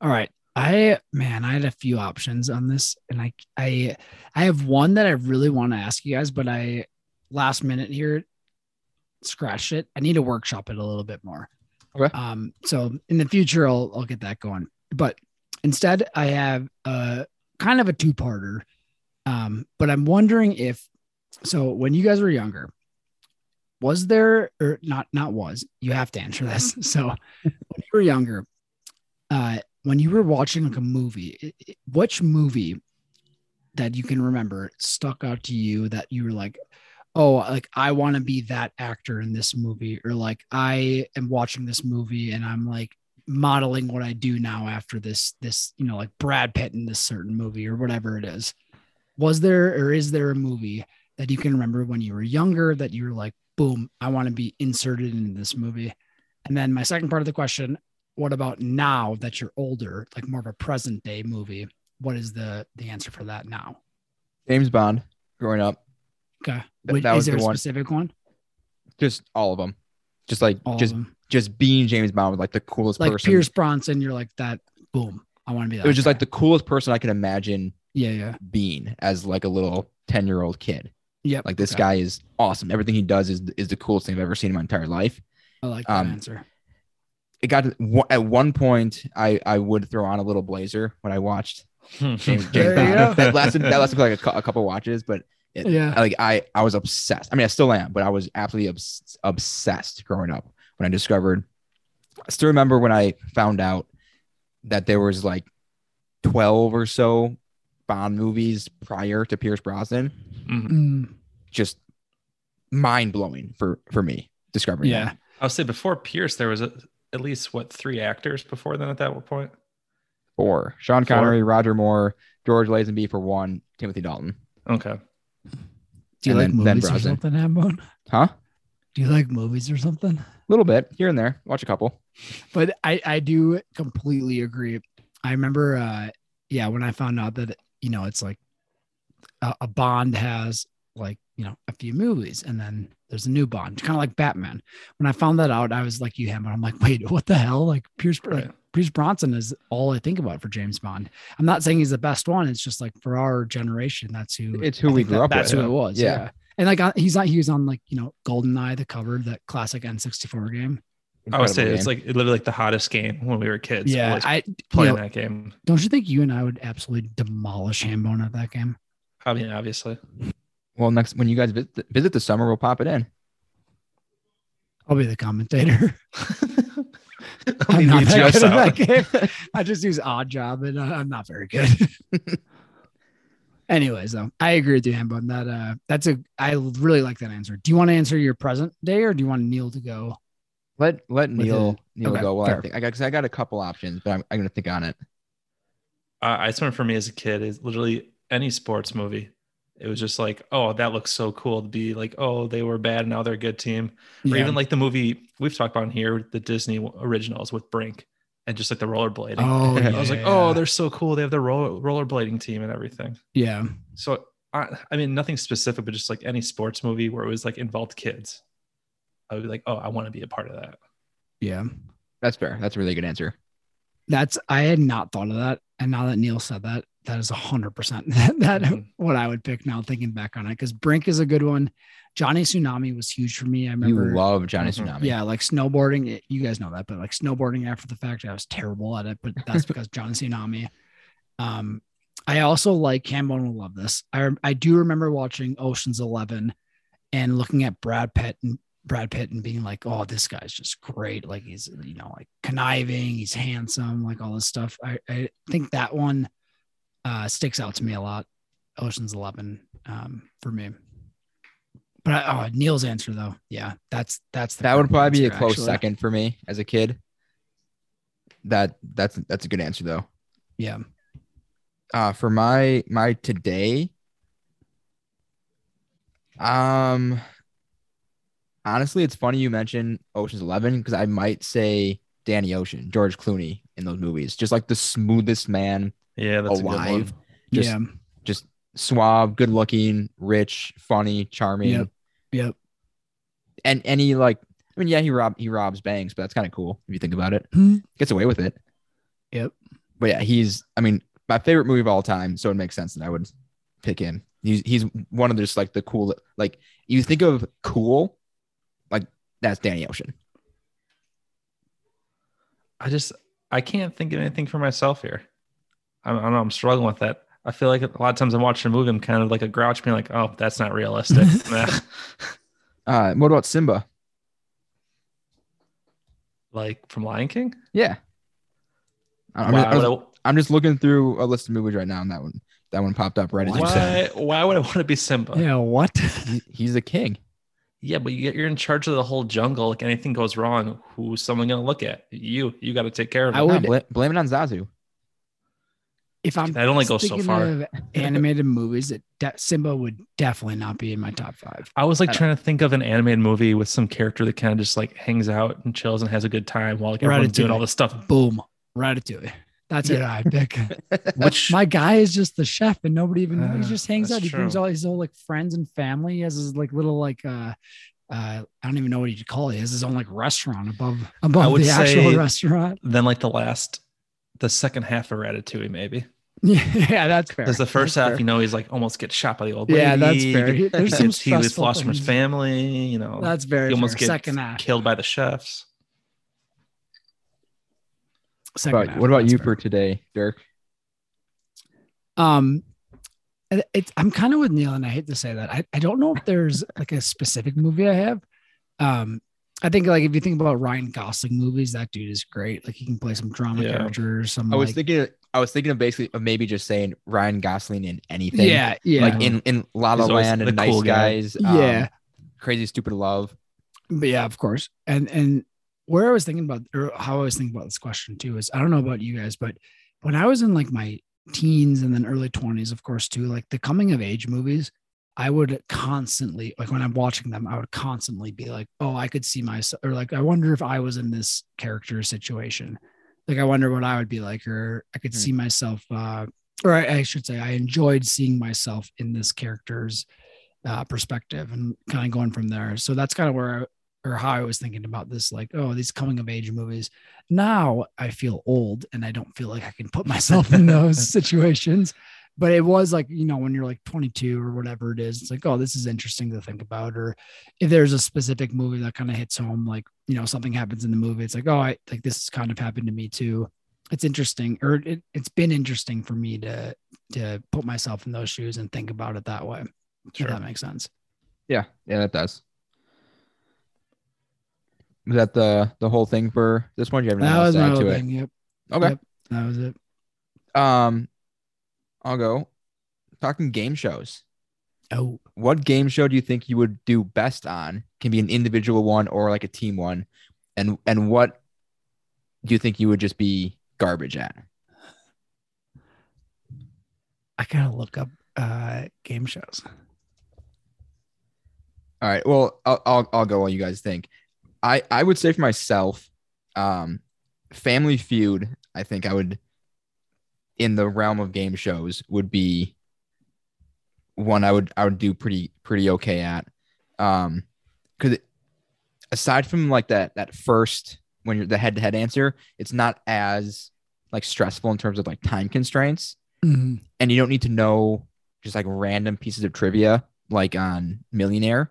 Speaker 2: All right. I man, I had a few options on this and I I I have one that I really want to ask you guys, but I last minute here, scratched it. I need to workshop it a little bit more.
Speaker 1: Okay.
Speaker 2: Um, so in the future, I'll I'll get that going. But instead, I have a kind of a two parter. Um, but I'm wondering if so when you guys were younger, was there or not not was you have to answer this. So when you were younger, uh, when you were watching like a movie, i- i- which movie that you can remember stuck out to you that you were like, oh, like I want to be that actor in this movie, or like I am watching this movie and I'm like modeling what I do now after this this you know like Brad Pitt in this certain movie or whatever it is. Was there or is there a movie that you can remember when you were younger that you were like, boom, I want to be inserted in this movie? And then my second part of the question, what about now that you're older, like more of a present day movie? What is the the answer for that now?
Speaker 1: James Bond growing up,
Speaker 2: Okay.
Speaker 1: That-
Speaker 2: Wait,
Speaker 1: that was
Speaker 2: is there
Speaker 1: the
Speaker 2: a
Speaker 1: one.
Speaker 2: specific one?
Speaker 1: just all of them, just like
Speaker 2: All
Speaker 1: just
Speaker 2: of them.
Speaker 1: just being James Bond was like the coolest
Speaker 2: Like
Speaker 1: person.
Speaker 2: Pierce Bronson, you're like that, boom. I want to be that.
Speaker 1: it was just
Speaker 2: guy.
Speaker 1: like the coolest person I could imagine
Speaker 2: yeah, yeah.
Speaker 1: being as like a little ten year old kid.
Speaker 2: Yep.
Speaker 1: Like this
Speaker 2: Okay.
Speaker 1: guy is awesome. Everything he does is is the coolest thing I've ever seen in my entire life.
Speaker 2: I like that
Speaker 1: um,
Speaker 2: answer.
Speaker 1: It got to, one- at one point I I would throw on a little blazer when I watched James, James
Speaker 2: There you
Speaker 1: Bond.
Speaker 2: go.
Speaker 1: That lasted that lasted for like a, cou- a couple watches, but it-
Speaker 2: Yeah.
Speaker 1: like I I was obsessed. I mean, I still am, but I was absolutely obs- obsessed growing up when I discovered. I still remember when I found out that there was like twelve or so Bond movies prior to Pierce Brosnan. um,
Speaker 3: Mhm.
Speaker 2: Mm,
Speaker 1: Just mind blowing for for me discovering.
Speaker 2: yeah.
Speaker 1: that.
Speaker 3: I would say before Pierce, there was a, at least what three actors before then at that point.
Speaker 1: four: Sean
Speaker 3: Four.
Speaker 1: Connery, Roger Moore, George Lazenby for one, Timothy Dalton.
Speaker 3: Okay.
Speaker 2: Do
Speaker 1: And
Speaker 2: you like
Speaker 1: then- then
Speaker 2: movies or
Speaker 1: Brosnan.
Speaker 2: something, Hambone?
Speaker 1: Huh? A
Speaker 2: Do you like movies or something?
Speaker 1: little bit here and there. Watch a couple.
Speaker 2: but I I do completely agree. I remember uh yeah when I found out that you know it's like a, a Bond has like you know a few movies and then there's a new Bond, kind of like Batman. When I found that out, I was like you him, and I'm like wait what the hell? Like Pierce like,
Speaker 3: Right.
Speaker 2: Pierce Bronson is all I think about for James Bond. I'm not saying he's the best one. It's just like for our generation, that's who
Speaker 1: It's who
Speaker 2: Mm, I
Speaker 1: we
Speaker 2: think
Speaker 1: grew
Speaker 2: that-
Speaker 1: up
Speaker 2: That's
Speaker 1: with.
Speaker 2: who it was.
Speaker 1: Yeah.
Speaker 2: Yeah. And like uh, he's on, he was on like you know GoldenEye, the cover, of that classic N64 game.
Speaker 3: I
Speaker 1: Incredible
Speaker 3: would say it's
Speaker 1: game.
Speaker 3: like literally like the hottest game when we were kids.
Speaker 2: yeah,
Speaker 3: Always
Speaker 2: I you
Speaker 3: playing
Speaker 2: know,
Speaker 3: that game.
Speaker 2: Don't you think you and I would absolutely demolish Hambone at that game?
Speaker 3: I mean, obviously.
Speaker 1: well next when you guys visit, visit the summer, we'll pop it in.
Speaker 2: I'll be the commentator.
Speaker 3: Leave
Speaker 2: I'm not that
Speaker 3: Jeff's
Speaker 2: good at
Speaker 3: out.
Speaker 2: that game. I just use odd job, and uh, I'm not very good. Anyways, though, I agree with you, Hambone. That uh, that's a I really like that answer. Do you want to answer your present day, or do you want Neil to go?
Speaker 1: Let let
Speaker 2: With
Speaker 1: Neil
Speaker 2: it.
Speaker 1: Neil
Speaker 2: Okay,
Speaker 1: go. Well, I
Speaker 2: fair.
Speaker 1: think I got because I got a couple options, but I'm, I'm gonna think on it.
Speaker 3: uh, I swear for me as a kid is literally any sports movie. It was just like, oh, that looks so cool to be like, oh, they were bad and now they're a good team. Or even like the movie we've talked about here, the Disney originals with Brink and just like the rollerblading.
Speaker 2: oh,
Speaker 3: I was like, oh, they're so cool. They have their roller rollerblading team and everything.
Speaker 2: yeah,
Speaker 3: So I, I mean, nothing specific, but just like any sports movie where it was like involved kids. I would be like, oh, I want to be a part of that.
Speaker 2: yeah.
Speaker 1: That's fair. That's a really good answer.
Speaker 2: That's I had not thought of that, and now that Neil said that, that is hundred percent that, that
Speaker 3: Mhm.
Speaker 1: Mm-hmm.
Speaker 2: what I would pick now. Thinking back on it, because Brink is a good one. Johnny Tsunami was huge for me. I remember.
Speaker 1: you love Johnny
Speaker 3: Mhm.
Speaker 1: Tsunami.
Speaker 2: yeah, like snowboarding. it- You guys know that, but like snowboarding after the fact, I was terrible at it. But that's because Johnny Tsunami. Um, I also like Cameron will love this. I I do remember watching Ocean's Eleven and looking at Brad Pitt and Brad Pitt and being like, oh, this guy's just great. Like he's you know like conniving, he's handsome, like all this stuff. I I think that one uh, sticks out to me a lot. Ocean's Eleven um, for me. But I, oh, Neil's answer though, yeah, that's that's the
Speaker 1: That would
Speaker 2: correct
Speaker 1: probably be a
Speaker 2: answer,
Speaker 1: close
Speaker 2: actually.
Speaker 1: second for me as a kid. That that's that's a good answer though.
Speaker 2: Yeah,
Speaker 1: Uh for my my today. Um honestly, it's funny you mentioned Ocean's Eleven because I might say Danny Ocean, George Clooney in those movies. Just like the smoothest man
Speaker 3: Yeah, that's a good
Speaker 1: alive.
Speaker 3: one.
Speaker 1: Just-
Speaker 2: yeah,
Speaker 1: just suave, good looking, rich, funny, charming.
Speaker 2: Yep. yep.
Speaker 1: And and he like I mean, yeah, he rob he robs banks, but that's kind of cool if you think about it.
Speaker 2: Hmm.
Speaker 1: Gets away with it.
Speaker 2: Yep.
Speaker 1: But yeah, he's I mean, my favorite movie of all time, so it makes sense that I would pick him. He's he's one of the just like the cool like you think of cool, like that's Danny Ocean.
Speaker 3: I just I can't think of anything for myself here. I, I don't know. I'm struggling with that. I feel like a lot of times I'm watching a movie, I'm kind of like a grouch, being like, "Oh, that's not realistic." Nah.
Speaker 1: Uh, what about Simba?
Speaker 3: like from Lion King.
Speaker 1: Yeah, I- I'm,
Speaker 3: why,
Speaker 1: just,
Speaker 3: would I,
Speaker 1: I'm just looking through a list of movies right now, and that one that one popped up right as you said.
Speaker 3: why, why would I want to be Simba? Yeah.
Speaker 2: Yeah, what?
Speaker 1: He- He's a king.
Speaker 3: but you, you're in charge of the whole jungle. Like anything goes wrong, who's someone gonna look at? You. You got to take care of it.
Speaker 2: I
Speaker 1: No,
Speaker 2: would-
Speaker 1: bla- blame it on Zazu.
Speaker 2: If I'm
Speaker 3: That only goes so
Speaker 2: thinking
Speaker 3: far.
Speaker 2: of animated movies, that de- Simba would definitely not be in my top five.
Speaker 3: I was like
Speaker 1: I don't-
Speaker 3: trying to think of an animated movie with some character that kind of just like hangs out and chills and has a good time while like everyone's doing
Speaker 2: Ratatouille.
Speaker 3: all this stuff.
Speaker 2: Boom, Ratatouille. That's it. I pick.
Speaker 3: Which
Speaker 2: My guy is just the chef, and nobody even knows.
Speaker 3: Ah,
Speaker 2: He just hangs
Speaker 3: that's
Speaker 2: out. He brings
Speaker 3: true.
Speaker 2: all his whole like friends and family. He has his like little like uh, uh I don't even know what you'd call it. He has his own like restaurant above above
Speaker 3: would
Speaker 2: the actual
Speaker 3: say-
Speaker 2: restaurant.
Speaker 3: then like the last, the second half of Ratatouille maybe.
Speaker 2: yeah, that's fair.
Speaker 3: Because the first
Speaker 2: That's
Speaker 3: half, you know, he's like almost gets shot by the old lady.
Speaker 2: Yeah, that's fair. He-
Speaker 3: He
Speaker 2: There's some
Speaker 3: gets he was
Speaker 2: stressful
Speaker 3: lost from his
Speaker 2: things.
Speaker 3: family. You know,
Speaker 2: That's very
Speaker 3: he almost
Speaker 2: fair.
Speaker 3: gets
Speaker 2: second half.
Speaker 3: killed by the chefs.
Speaker 2: Second
Speaker 1: But
Speaker 2: half,
Speaker 1: what about
Speaker 2: that's
Speaker 1: you
Speaker 2: fair.
Speaker 1: for today, Dirk?
Speaker 2: Um, it- it's I'm kind of with Neil, and I hate to say that. I, I don't know if there's like a specific movie I have. Um, I think like if you think about Ryan Gosling movies, that dude is great. Like he can play some drama
Speaker 3: Yeah.
Speaker 2: characters. Some
Speaker 1: I was
Speaker 2: like-
Speaker 1: thinking. I was thinking of basically of maybe just saying Ryan Gosling in anything.
Speaker 2: yeah, yeah,
Speaker 1: Like in in La La
Speaker 3: Mm. He's always
Speaker 1: Land
Speaker 3: the
Speaker 1: and Nice
Speaker 3: cool guy.
Speaker 1: Guys. um,
Speaker 2: Yeah.
Speaker 1: Crazy Stupid Love.
Speaker 2: but yeah, of course. And and where I was thinking about or how I was thinking about this question too is I don't know about you guys, but when I was in like my teens and then early 20s, of course, too, like the coming of age movies, I would constantly like when I'm watching them, I would constantly be like, oh, I could see myself or like I wonder if I was in this character situation. Like I wonder what I would be like, or I could
Speaker 1: Hmm.
Speaker 2: see myself uh or I, I should say I enjoyed seeing myself in this character's uh, perspective and kind of going from there. So that's kind of where I, or how I was thinking about this, like, oh, these coming of age movies. Now I feel old and I don't feel like I can put myself in those situations. But it was like, you know, when you're like 22 or whatever it is, it's like, oh, this is interesting to think about. Or if there's a specific movie that kind of hits home, like, you know, something happens in the movie, it's like, oh, I like this kind of happened to me too. It's interesting, or it, it's been interesting for me to to put myself in those shoes and think about it that way.
Speaker 3: Sure.
Speaker 2: If that makes sense.
Speaker 1: Yeah, yeah, that does. Is that the the whole thing for this one? Do you have anything else
Speaker 2: That was
Speaker 1: to
Speaker 2: my
Speaker 1: add
Speaker 2: whole
Speaker 1: to
Speaker 2: thing. Yep.
Speaker 1: it? Okay.
Speaker 2: That was it.
Speaker 1: Um, I'll go. Talking game shows.
Speaker 2: Oh,
Speaker 1: What game show do you think you would do best on? Can be an individual one or like a team one, and and what do you think you would just be garbage at?
Speaker 2: I gotta look up uh game shows.
Speaker 1: All right. Well, I'll I'll, I'll go while you guys think. I I would say for myself, um, Family Feud. I think I would, in the realm of game shows, would be one I would I would do pretty pretty okay at, um, because aside from like that that first when you're the head to head answer, it's not as like stressful in terms of like time constraints
Speaker 2: Mm-hmm.
Speaker 1: and you don't need to know just like random pieces of trivia like on millionaire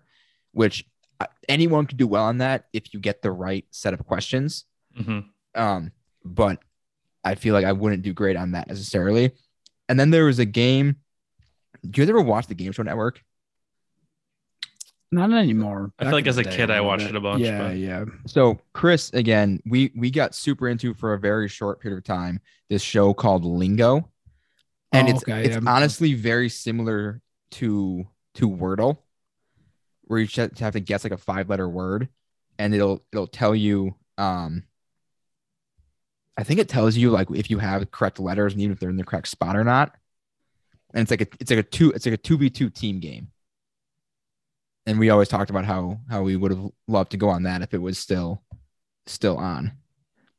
Speaker 1: which uh, anyone could do well on that if you get the right set of questions
Speaker 3: hmm
Speaker 1: um but i feel like i wouldn't do great on that necessarily and then there was a game do you guys ever watch the game show network
Speaker 2: Not anymore.
Speaker 3: I feel
Speaker 2: Back
Speaker 3: like
Speaker 2: in
Speaker 3: as
Speaker 2: the
Speaker 3: a
Speaker 2: day,
Speaker 3: kid, I
Speaker 2: little
Speaker 3: watched
Speaker 2: bit.
Speaker 3: it a bunch,
Speaker 2: Yeah,
Speaker 3: but-
Speaker 2: yeah.
Speaker 1: so chris again we we got super into for a very short period of time this show called lingo and
Speaker 2: Oh,
Speaker 1: it's
Speaker 2: okay,
Speaker 1: it's
Speaker 2: yeah.
Speaker 1: honestly very similar to to Wordle, where you just have to guess like a five letter word, and it'll it'll tell you. Um, I think it tells you like if you have correct letters and even if they're in the correct spot or not. And it's like a it's like a two it's like a two v two team game. And we always talked about how how we would have loved to go on that if it was still still on.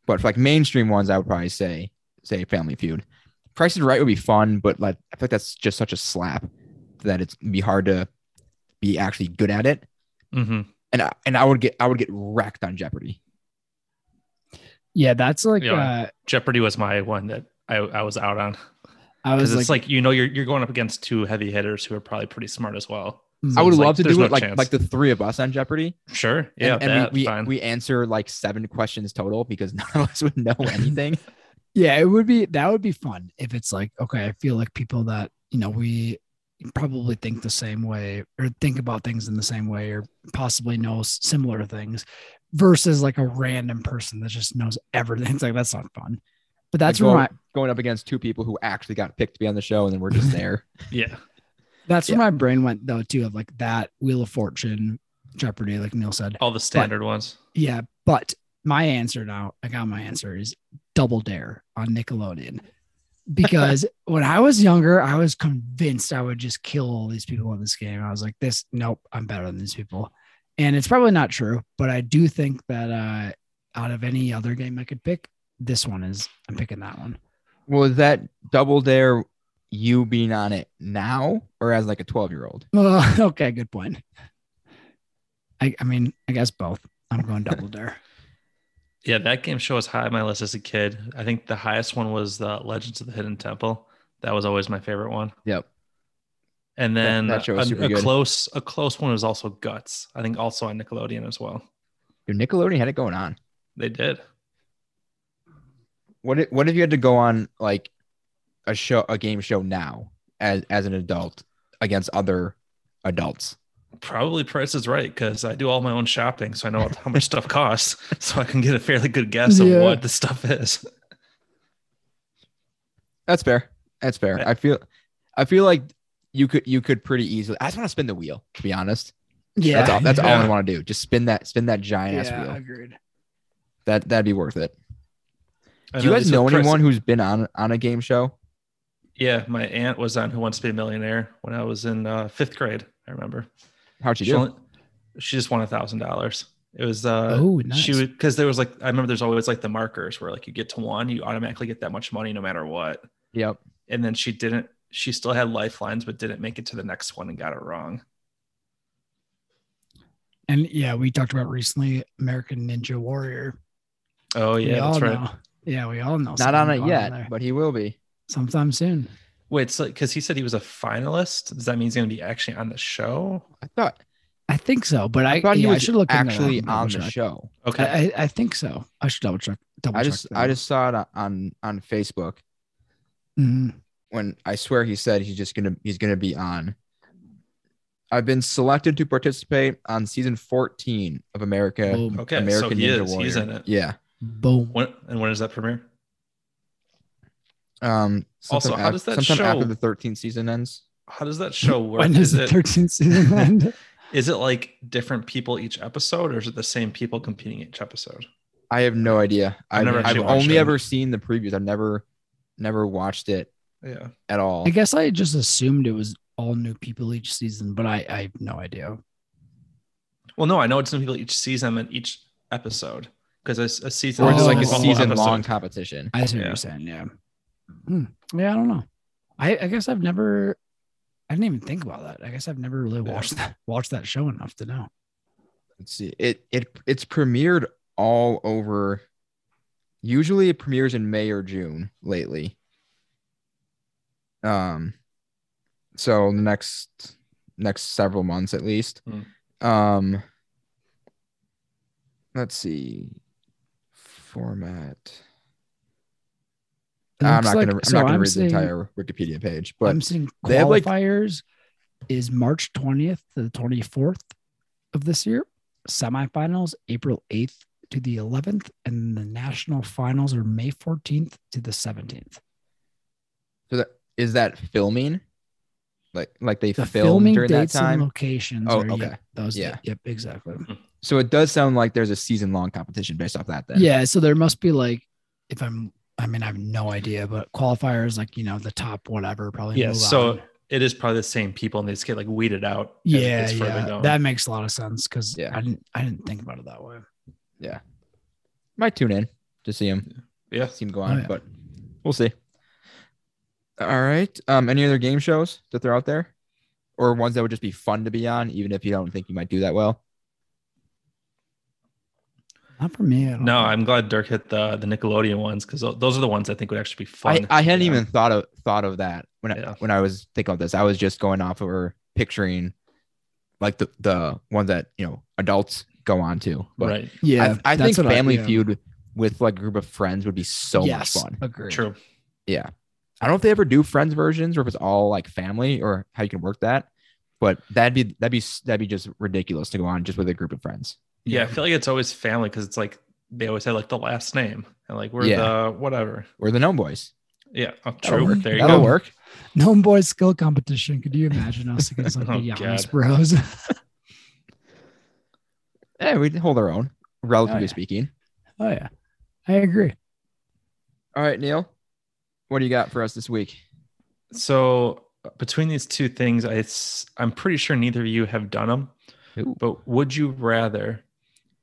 Speaker 1: But for like mainstream ones, I would probably say say Family Feud. Price is Right would be fun, but like I feel like that's just such a slap that it's it'd be hard to be actually good at it.
Speaker 3: hmm
Speaker 1: And I, and I would get I would get wrecked on Jeopardy.
Speaker 2: Yeah, that's like
Speaker 3: Yeah.
Speaker 2: uh
Speaker 3: Jeopardy was my one that I, I was out on.
Speaker 2: I was
Speaker 3: because
Speaker 2: like,
Speaker 3: it's like you know you're you're going up against two heavy hitters who are probably pretty smart as well.
Speaker 2: mm,
Speaker 1: I would
Speaker 3: It's like,
Speaker 1: love to
Speaker 3: there's
Speaker 1: do
Speaker 3: no
Speaker 1: it like
Speaker 3: chance.
Speaker 1: like the three of us on Jeopardy.
Speaker 3: Sure,
Speaker 1: And,
Speaker 3: yeah,
Speaker 1: and
Speaker 3: that,
Speaker 1: we, we,
Speaker 3: fine.
Speaker 1: we answer like seven questions total because none of us would know anything.
Speaker 2: Yeah, it would be that would be fun if it's like, okay, I feel like people that, you know, we probably think the same way or think about things in the same way or possibly know s- similar things versus like a random person that just knows everything. It's like that's not fun. But that's
Speaker 1: Like,
Speaker 2: where
Speaker 1: go-
Speaker 2: my
Speaker 1: going up against two people who actually got picked to be on the show, and then we're just there.
Speaker 3: yeah,
Speaker 2: that's
Speaker 1: yeah.
Speaker 2: where my brain went though too of like that Wheel of Fortune Jeopardy, like Neil said.
Speaker 3: all the standard ones.
Speaker 2: Yeah, but my answer now, I got my answer is Double Dare on Nickelodeon. Because when I was younger, I was convinced I would just kill all these people in this game. I was like, this, nope, I'm better than these people. And it's probably not true, but I do think that uh, out of any other game I could pick, this one is, I'm picking that one.
Speaker 1: well, is that double dare you being on it now or as like a 12 year old?
Speaker 2: Well, okay, good point. I, I mean, I guess both. I'm going Double Dare.
Speaker 3: Yeah, that game show was high on my list as a kid. I think the highest one was the Legends of the Hidden Temple. That was always my favorite one.
Speaker 1: Yep.
Speaker 3: And then
Speaker 1: that show was
Speaker 3: a-
Speaker 1: super
Speaker 3: a,
Speaker 1: good.
Speaker 3: close a close one was also Guts. I think also on Nickelodeon as well.
Speaker 1: Dude, Nickelodeon had it going on.
Speaker 3: They did.
Speaker 1: What if, what if you had to go on like a show, a game show now as, as an adult against other adults?
Speaker 3: Probably Price is Right because I do all my own shopping, so I know how much stuff costs, so I can get a fairly good guess
Speaker 2: Yeah.
Speaker 3: of what the stuff is.
Speaker 1: That's fair. That's fair. I feel, I feel like you could, you could pretty easily, I just want to spin the wheel to be honest.
Speaker 2: Yeah.
Speaker 1: That's all, that's all I
Speaker 3: Yeah.
Speaker 1: want to do. Just spin that, spin that giant ass
Speaker 2: yeah,
Speaker 1: wheel.
Speaker 2: agreed.
Speaker 1: That, that'd be worth it.
Speaker 3: I
Speaker 1: Do you
Speaker 3: at
Speaker 1: guys
Speaker 3: least
Speaker 1: know
Speaker 3: with Price-
Speaker 1: anyone who's been on, on a game show?
Speaker 3: Yeah, my aunt was on Who Wants to Be a Millionaire when I was in uh, fifth grade. I remember.
Speaker 1: How'd you
Speaker 3: She,
Speaker 1: do?
Speaker 3: only, she just won a thousand dollars. It was uh,
Speaker 2: oh, nice.
Speaker 3: She would because there was like I remember there's always like the markers where like you get to one, you automatically get that much money no matter what.
Speaker 1: Yep.
Speaker 3: And then she didn't. She still had lifelines, but didn't make it to the next one and got it wrong.
Speaker 2: And yeah, we talked about recently American Ninja Warrior.
Speaker 3: Oh
Speaker 2: we
Speaker 3: yeah,
Speaker 2: all
Speaker 3: that's right.
Speaker 2: know. Yeah, we all know.
Speaker 1: Not on
Speaker 2: someone
Speaker 1: it
Speaker 2: going
Speaker 1: yet,
Speaker 2: there.
Speaker 1: but he will be.
Speaker 2: sometime soon.
Speaker 3: Wait, so because he said he was a finalist, does that mean he's going to be actually on the show?
Speaker 1: I thought
Speaker 2: I think so, but I,
Speaker 1: I thought
Speaker 2: yeah,
Speaker 1: he
Speaker 2: I
Speaker 1: was
Speaker 2: should look into that
Speaker 1: actually
Speaker 2: and double
Speaker 1: on the
Speaker 2: check.
Speaker 1: show.
Speaker 3: Okay,
Speaker 2: I, I, I think so. I should double check. Double
Speaker 1: I
Speaker 2: check
Speaker 1: just
Speaker 2: that.
Speaker 1: I just saw it on- on on Facebook
Speaker 2: Mhm.
Speaker 1: when I swear he said he's just gonna he's gonna be on. I've been selected to participate on season 14 of America
Speaker 2: Boom.
Speaker 3: okay.
Speaker 1: American
Speaker 3: so he
Speaker 1: Ninja
Speaker 3: is.
Speaker 1: Warrior.
Speaker 3: He's in it.
Speaker 1: Yeah.
Speaker 2: Boom.
Speaker 3: When and when does that premiere?
Speaker 1: Um
Speaker 3: Also,
Speaker 1: sometime
Speaker 3: how
Speaker 1: af-
Speaker 3: does that
Speaker 1: sometime after
Speaker 3: show-
Speaker 1: the 13th season ends?
Speaker 3: How does that show work?
Speaker 2: when does
Speaker 3: Is
Speaker 2: the
Speaker 3: it-
Speaker 2: 13th season end?
Speaker 3: Is it like different people each episode, or is it the same people competing each episode?
Speaker 1: I have no idea.
Speaker 3: I've
Speaker 1: I've,
Speaker 3: never
Speaker 1: I've,
Speaker 3: actually watched
Speaker 1: only
Speaker 3: it.
Speaker 1: ever seen the previews. I've never never watched it
Speaker 3: Yeah,
Speaker 1: at all.
Speaker 2: I guess I just assumed it was all new people each season, but I, I have no idea.
Speaker 3: Well, no, I know it's some people each season and each episode because a, a season
Speaker 1: or just like
Speaker 2: Oh.
Speaker 1: a
Speaker 2: The whole
Speaker 1: season long competition.
Speaker 2: I see what
Speaker 3: Yeah.
Speaker 2: you're saying. Yeah. Hmm. Yeah, I don't know. I, I guess I've never. I didn't even think about that. I guess I've never really
Speaker 3: Yeah.
Speaker 2: watched that watched that show enough to know.
Speaker 1: Let's see. It it it's premiered all over. Usually it premieres in May or June lately. Um so the next next several months at least. Um let's see. Format.
Speaker 2: It
Speaker 1: I'm
Speaker 2: looks
Speaker 1: not
Speaker 2: like-
Speaker 1: gonna I'm
Speaker 2: so
Speaker 1: not gonna
Speaker 2: I'm
Speaker 1: read
Speaker 2: seeing-
Speaker 1: the entire Wikipedia page, but
Speaker 2: I'm seeing
Speaker 1: they have, like-
Speaker 2: qualifiers is March 20th to the 24th of this year. Semifinals April 8th to the 11th, and the national finals are May 14th to the 17th.
Speaker 1: so that is that filming? Like like they
Speaker 2: The
Speaker 1: filmed
Speaker 2: filming
Speaker 1: during that
Speaker 2: dates and
Speaker 1: time.
Speaker 2: locations.
Speaker 1: Oh,
Speaker 2: are,
Speaker 1: okay.
Speaker 2: Yep, those.
Speaker 1: Yeah.
Speaker 2: Yep. Exactly.
Speaker 1: So it does sound like there's a season long competition based off that then.
Speaker 2: Yeah, so there must be like if I'm I mean I have no idea, but qualifiers like you know the top whatever probably.
Speaker 3: Yeah,
Speaker 2: move
Speaker 3: so
Speaker 2: on.
Speaker 3: it is probably the same people, and they just get like weeded out. as it
Speaker 2: yeah,
Speaker 3: gets further
Speaker 2: yeah,
Speaker 3: down.
Speaker 2: that makes a lot of sense because
Speaker 1: Yeah.
Speaker 2: I didn't I didn't think about it that way.
Speaker 1: might tune in to see him
Speaker 3: yeah.
Speaker 1: see him go on,
Speaker 2: Oh, yeah.
Speaker 1: but we'll see. All right. Um, any other game shows to throw out there, or ones that would just be fun to be on, even if you don't think you might do that well?
Speaker 2: Not for me. I don't
Speaker 3: No,
Speaker 2: think.
Speaker 3: I'm glad Dirk hit the the Nickelodeon ones because those are the ones I think would actually be
Speaker 1: I,
Speaker 3: fun.
Speaker 1: I hadn't
Speaker 3: Yeah.
Speaker 1: even thought of thought of that when I,
Speaker 3: Yeah.
Speaker 1: when I was thinking of this. I was just going off or picturing like the the ones that you know adults go on to. But
Speaker 3: right.
Speaker 2: yeah.
Speaker 1: I, I think
Speaker 2: that's what
Speaker 1: Family
Speaker 2: yeah.
Speaker 1: Feud with like a group of friends would be so
Speaker 2: yes,
Speaker 1: much fun.
Speaker 2: Agree.
Speaker 3: True.
Speaker 1: Yeah, I don't know if they ever do friends versions or if it's all like family or how you can work that. But that'd be that'd be s- that'd be just ridiculous to go on just with a group of friends.
Speaker 3: Yeah, I feel like it's always family because it's like they always have like the last name and like we're
Speaker 1: Yeah.
Speaker 3: the whatever.
Speaker 1: Or the Gnome Boys.
Speaker 3: Yeah, oh,
Speaker 2: That'll
Speaker 3: true.
Speaker 2: work.
Speaker 3: There you
Speaker 1: That'll
Speaker 3: go.
Speaker 1: work.
Speaker 2: Gnome boys skill competition. Could you imagine us against like
Speaker 3: Oh,
Speaker 2: the Giannis
Speaker 3: God.
Speaker 2: Bros?
Speaker 1: Yeah, we hold our own, relatively
Speaker 2: yeah.
Speaker 1: speaking.
Speaker 2: oh yeah, I agree.
Speaker 1: All right, Neil, what do you got for us this week?
Speaker 3: So uh, between these two things, I, s- I'm pretty sure neither of you have done them.
Speaker 1: Ooh.
Speaker 3: But would you rather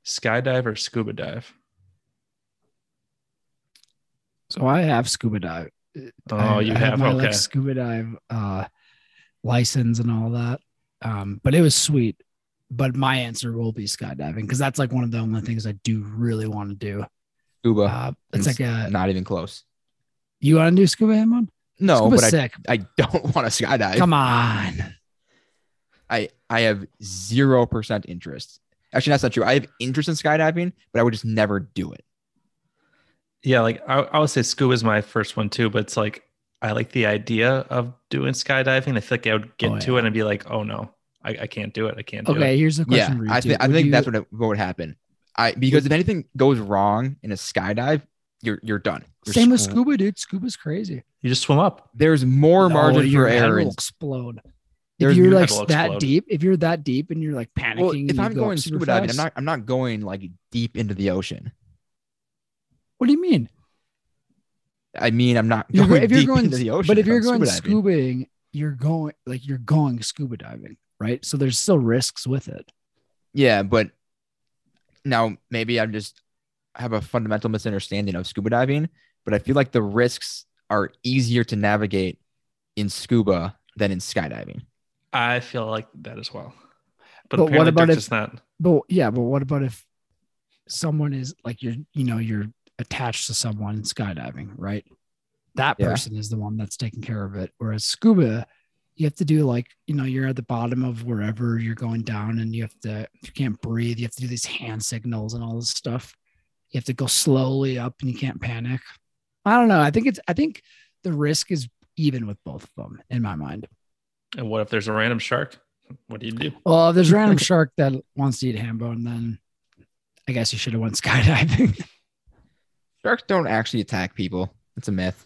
Speaker 3: skydive or scuba dive?
Speaker 2: So I have scuba dive.
Speaker 3: Oh,
Speaker 2: I-
Speaker 3: you
Speaker 2: I
Speaker 3: have,
Speaker 2: my
Speaker 3: okay.
Speaker 2: like scuba dive uh, license and all that. Um, but it was sweet. But my answer will be skydiving because that's like one of the only things I do really want to do.
Speaker 1: Uba,
Speaker 2: Uh, it's like a
Speaker 1: not even close.
Speaker 2: you want to do scuba Hamon?
Speaker 1: No,
Speaker 2: Scuba's
Speaker 1: but I,
Speaker 2: sick.
Speaker 1: I don't want to skydive.
Speaker 2: Come on.
Speaker 1: I I have zero percent interest. Actually, that's not true. I have interest in skydiving, but I would just never do it.
Speaker 3: Yeah, like I, I would say scuba is my first one too, but it's like I like the idea of doing skydiving. I feel like I would get
Speaker 2: Oh,
Speaker 3: to it and be like, oh no, I, I can't do it. I can't do it.
Speaker 2: Okay, here's the question
Speaker 1: yeah,
Speaker 2: for you.
Speaker 1: I,
Speaker 2: too.
Speaker 1: thi- I
Speaker 2: Would
Speaker 1: think
Speaker 2: you-
Speaker 1: that's what, it- what would happen. I because if anything goes wrong in a skydive, you're you're done. You're
Speaker 2: same with
Speaker 1: screwed.
Speaker 2: scuba, dude. Scuba's crazy.
Speaker 3: You just swim up.
Speaker 1: There's more
Speaker 2: No,
Speaker 1: margin
Speaker 2: your
Speaker 1: for
Speaker 2: head
Speaker 1: error.
Speaker 2: will
Speaker 1: in-
Speaker 2: explode.
Speaker 1: There's
Speaker 2: if you're
Speaker 3: your
Speaker 2: like
Speaker 3: head will
Speaker 2: that
Speaker 3: explode.
Speaker 2: deep, if you're that deep and you're like panicking,
Speaker 1: Well,
Speaker 2: and
Speaker 1: if
Speaker 2: you
Speaker 1: I'm
Speaker 2: go up
Speaker 1: going
Speaker 2: super
Speaker 1: scuba diving, I'm
Speaker 2: fast-
Speaker 1: not I'm not going like deep into the ocean.
Speaker 2: What do you mean?
Speaker 1: I mean, I'm not
Speaker 2: You're
Speaker 1: going
Speaker 2: go- if
Speaker 1: deep
Speaker 2: you're going,
Speaker 1: into the ocean.
Speaker 2: but if you're
Speaker 1: I'm
Speaker 2: going
Speaker 1: scuba diving.
Speaker 2: scuba scubaing, you're going like you're going scuba diving, right? So there's still risks with it.
Speaker 1: Yeah, but now maybe I'm just I have a fundamental misunderstanding of scuba diving, but I feel like the risks are easier to navigate in scuba than in skydiving.
Speaker 3: I feel like that as well. But,
Speaker 2: But what
Speaker 3: apparently
Speaker 2: about
Speaker 3: Dirk's
Speaker 2: if-
Speaker 3: just not.
Speaker 2: But yeah, but what about if someone is like you're, you know, you're attached to someone in skydiving, right? That
Speaker 1: Yeah.
Speaker 2: person is the one that's taking care of it. Whereas scuba, you have to do like, you know, you're at the bottom of wherever you're going down and you have to, if you can't breathe, you have to do these hand signals and all this stuff. You have to go slowly up and you can't panic. I don't know. I think it's, I think the risk is even with both of them in my mind.
Speaker 3: And what if there's a random shark? What do you do?
Speaker 2: Well, if there's a random shark that wants to eat ham bone, then I guess you should have went skydiving.
Speaker 1: Sharks don't actually attack people. It's a myth.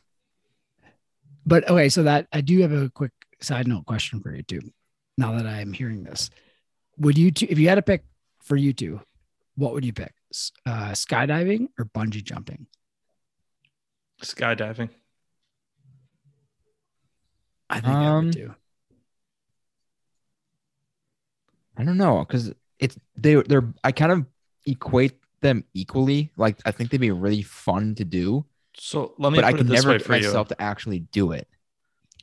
Speaker 2: but okay, so that I do have a quick side note question for you two. Now that I am hearing this, would you two, if you had to pick for you two, what would you pick? S- Uh, skydiving or bungee jumping?
Speaker 3: Skydiving.
Speaker 2: I think I
Speaker 1: Um,
Speaker 2: would do.
Speaker 1: I don't know because it's they they're I kind of equate them equally. Like I think they'd be really fun to do,
Speaker 3: So let me
Speaker 1: but I
Speaker 3: put it
Speaker 1: could
Speaker 3: this
Speaker 1: never
Speaker 3: way
Speaker 1: get
Speaker 3: for
Speaker 1: myself to actually do it.
Speaker 3: you.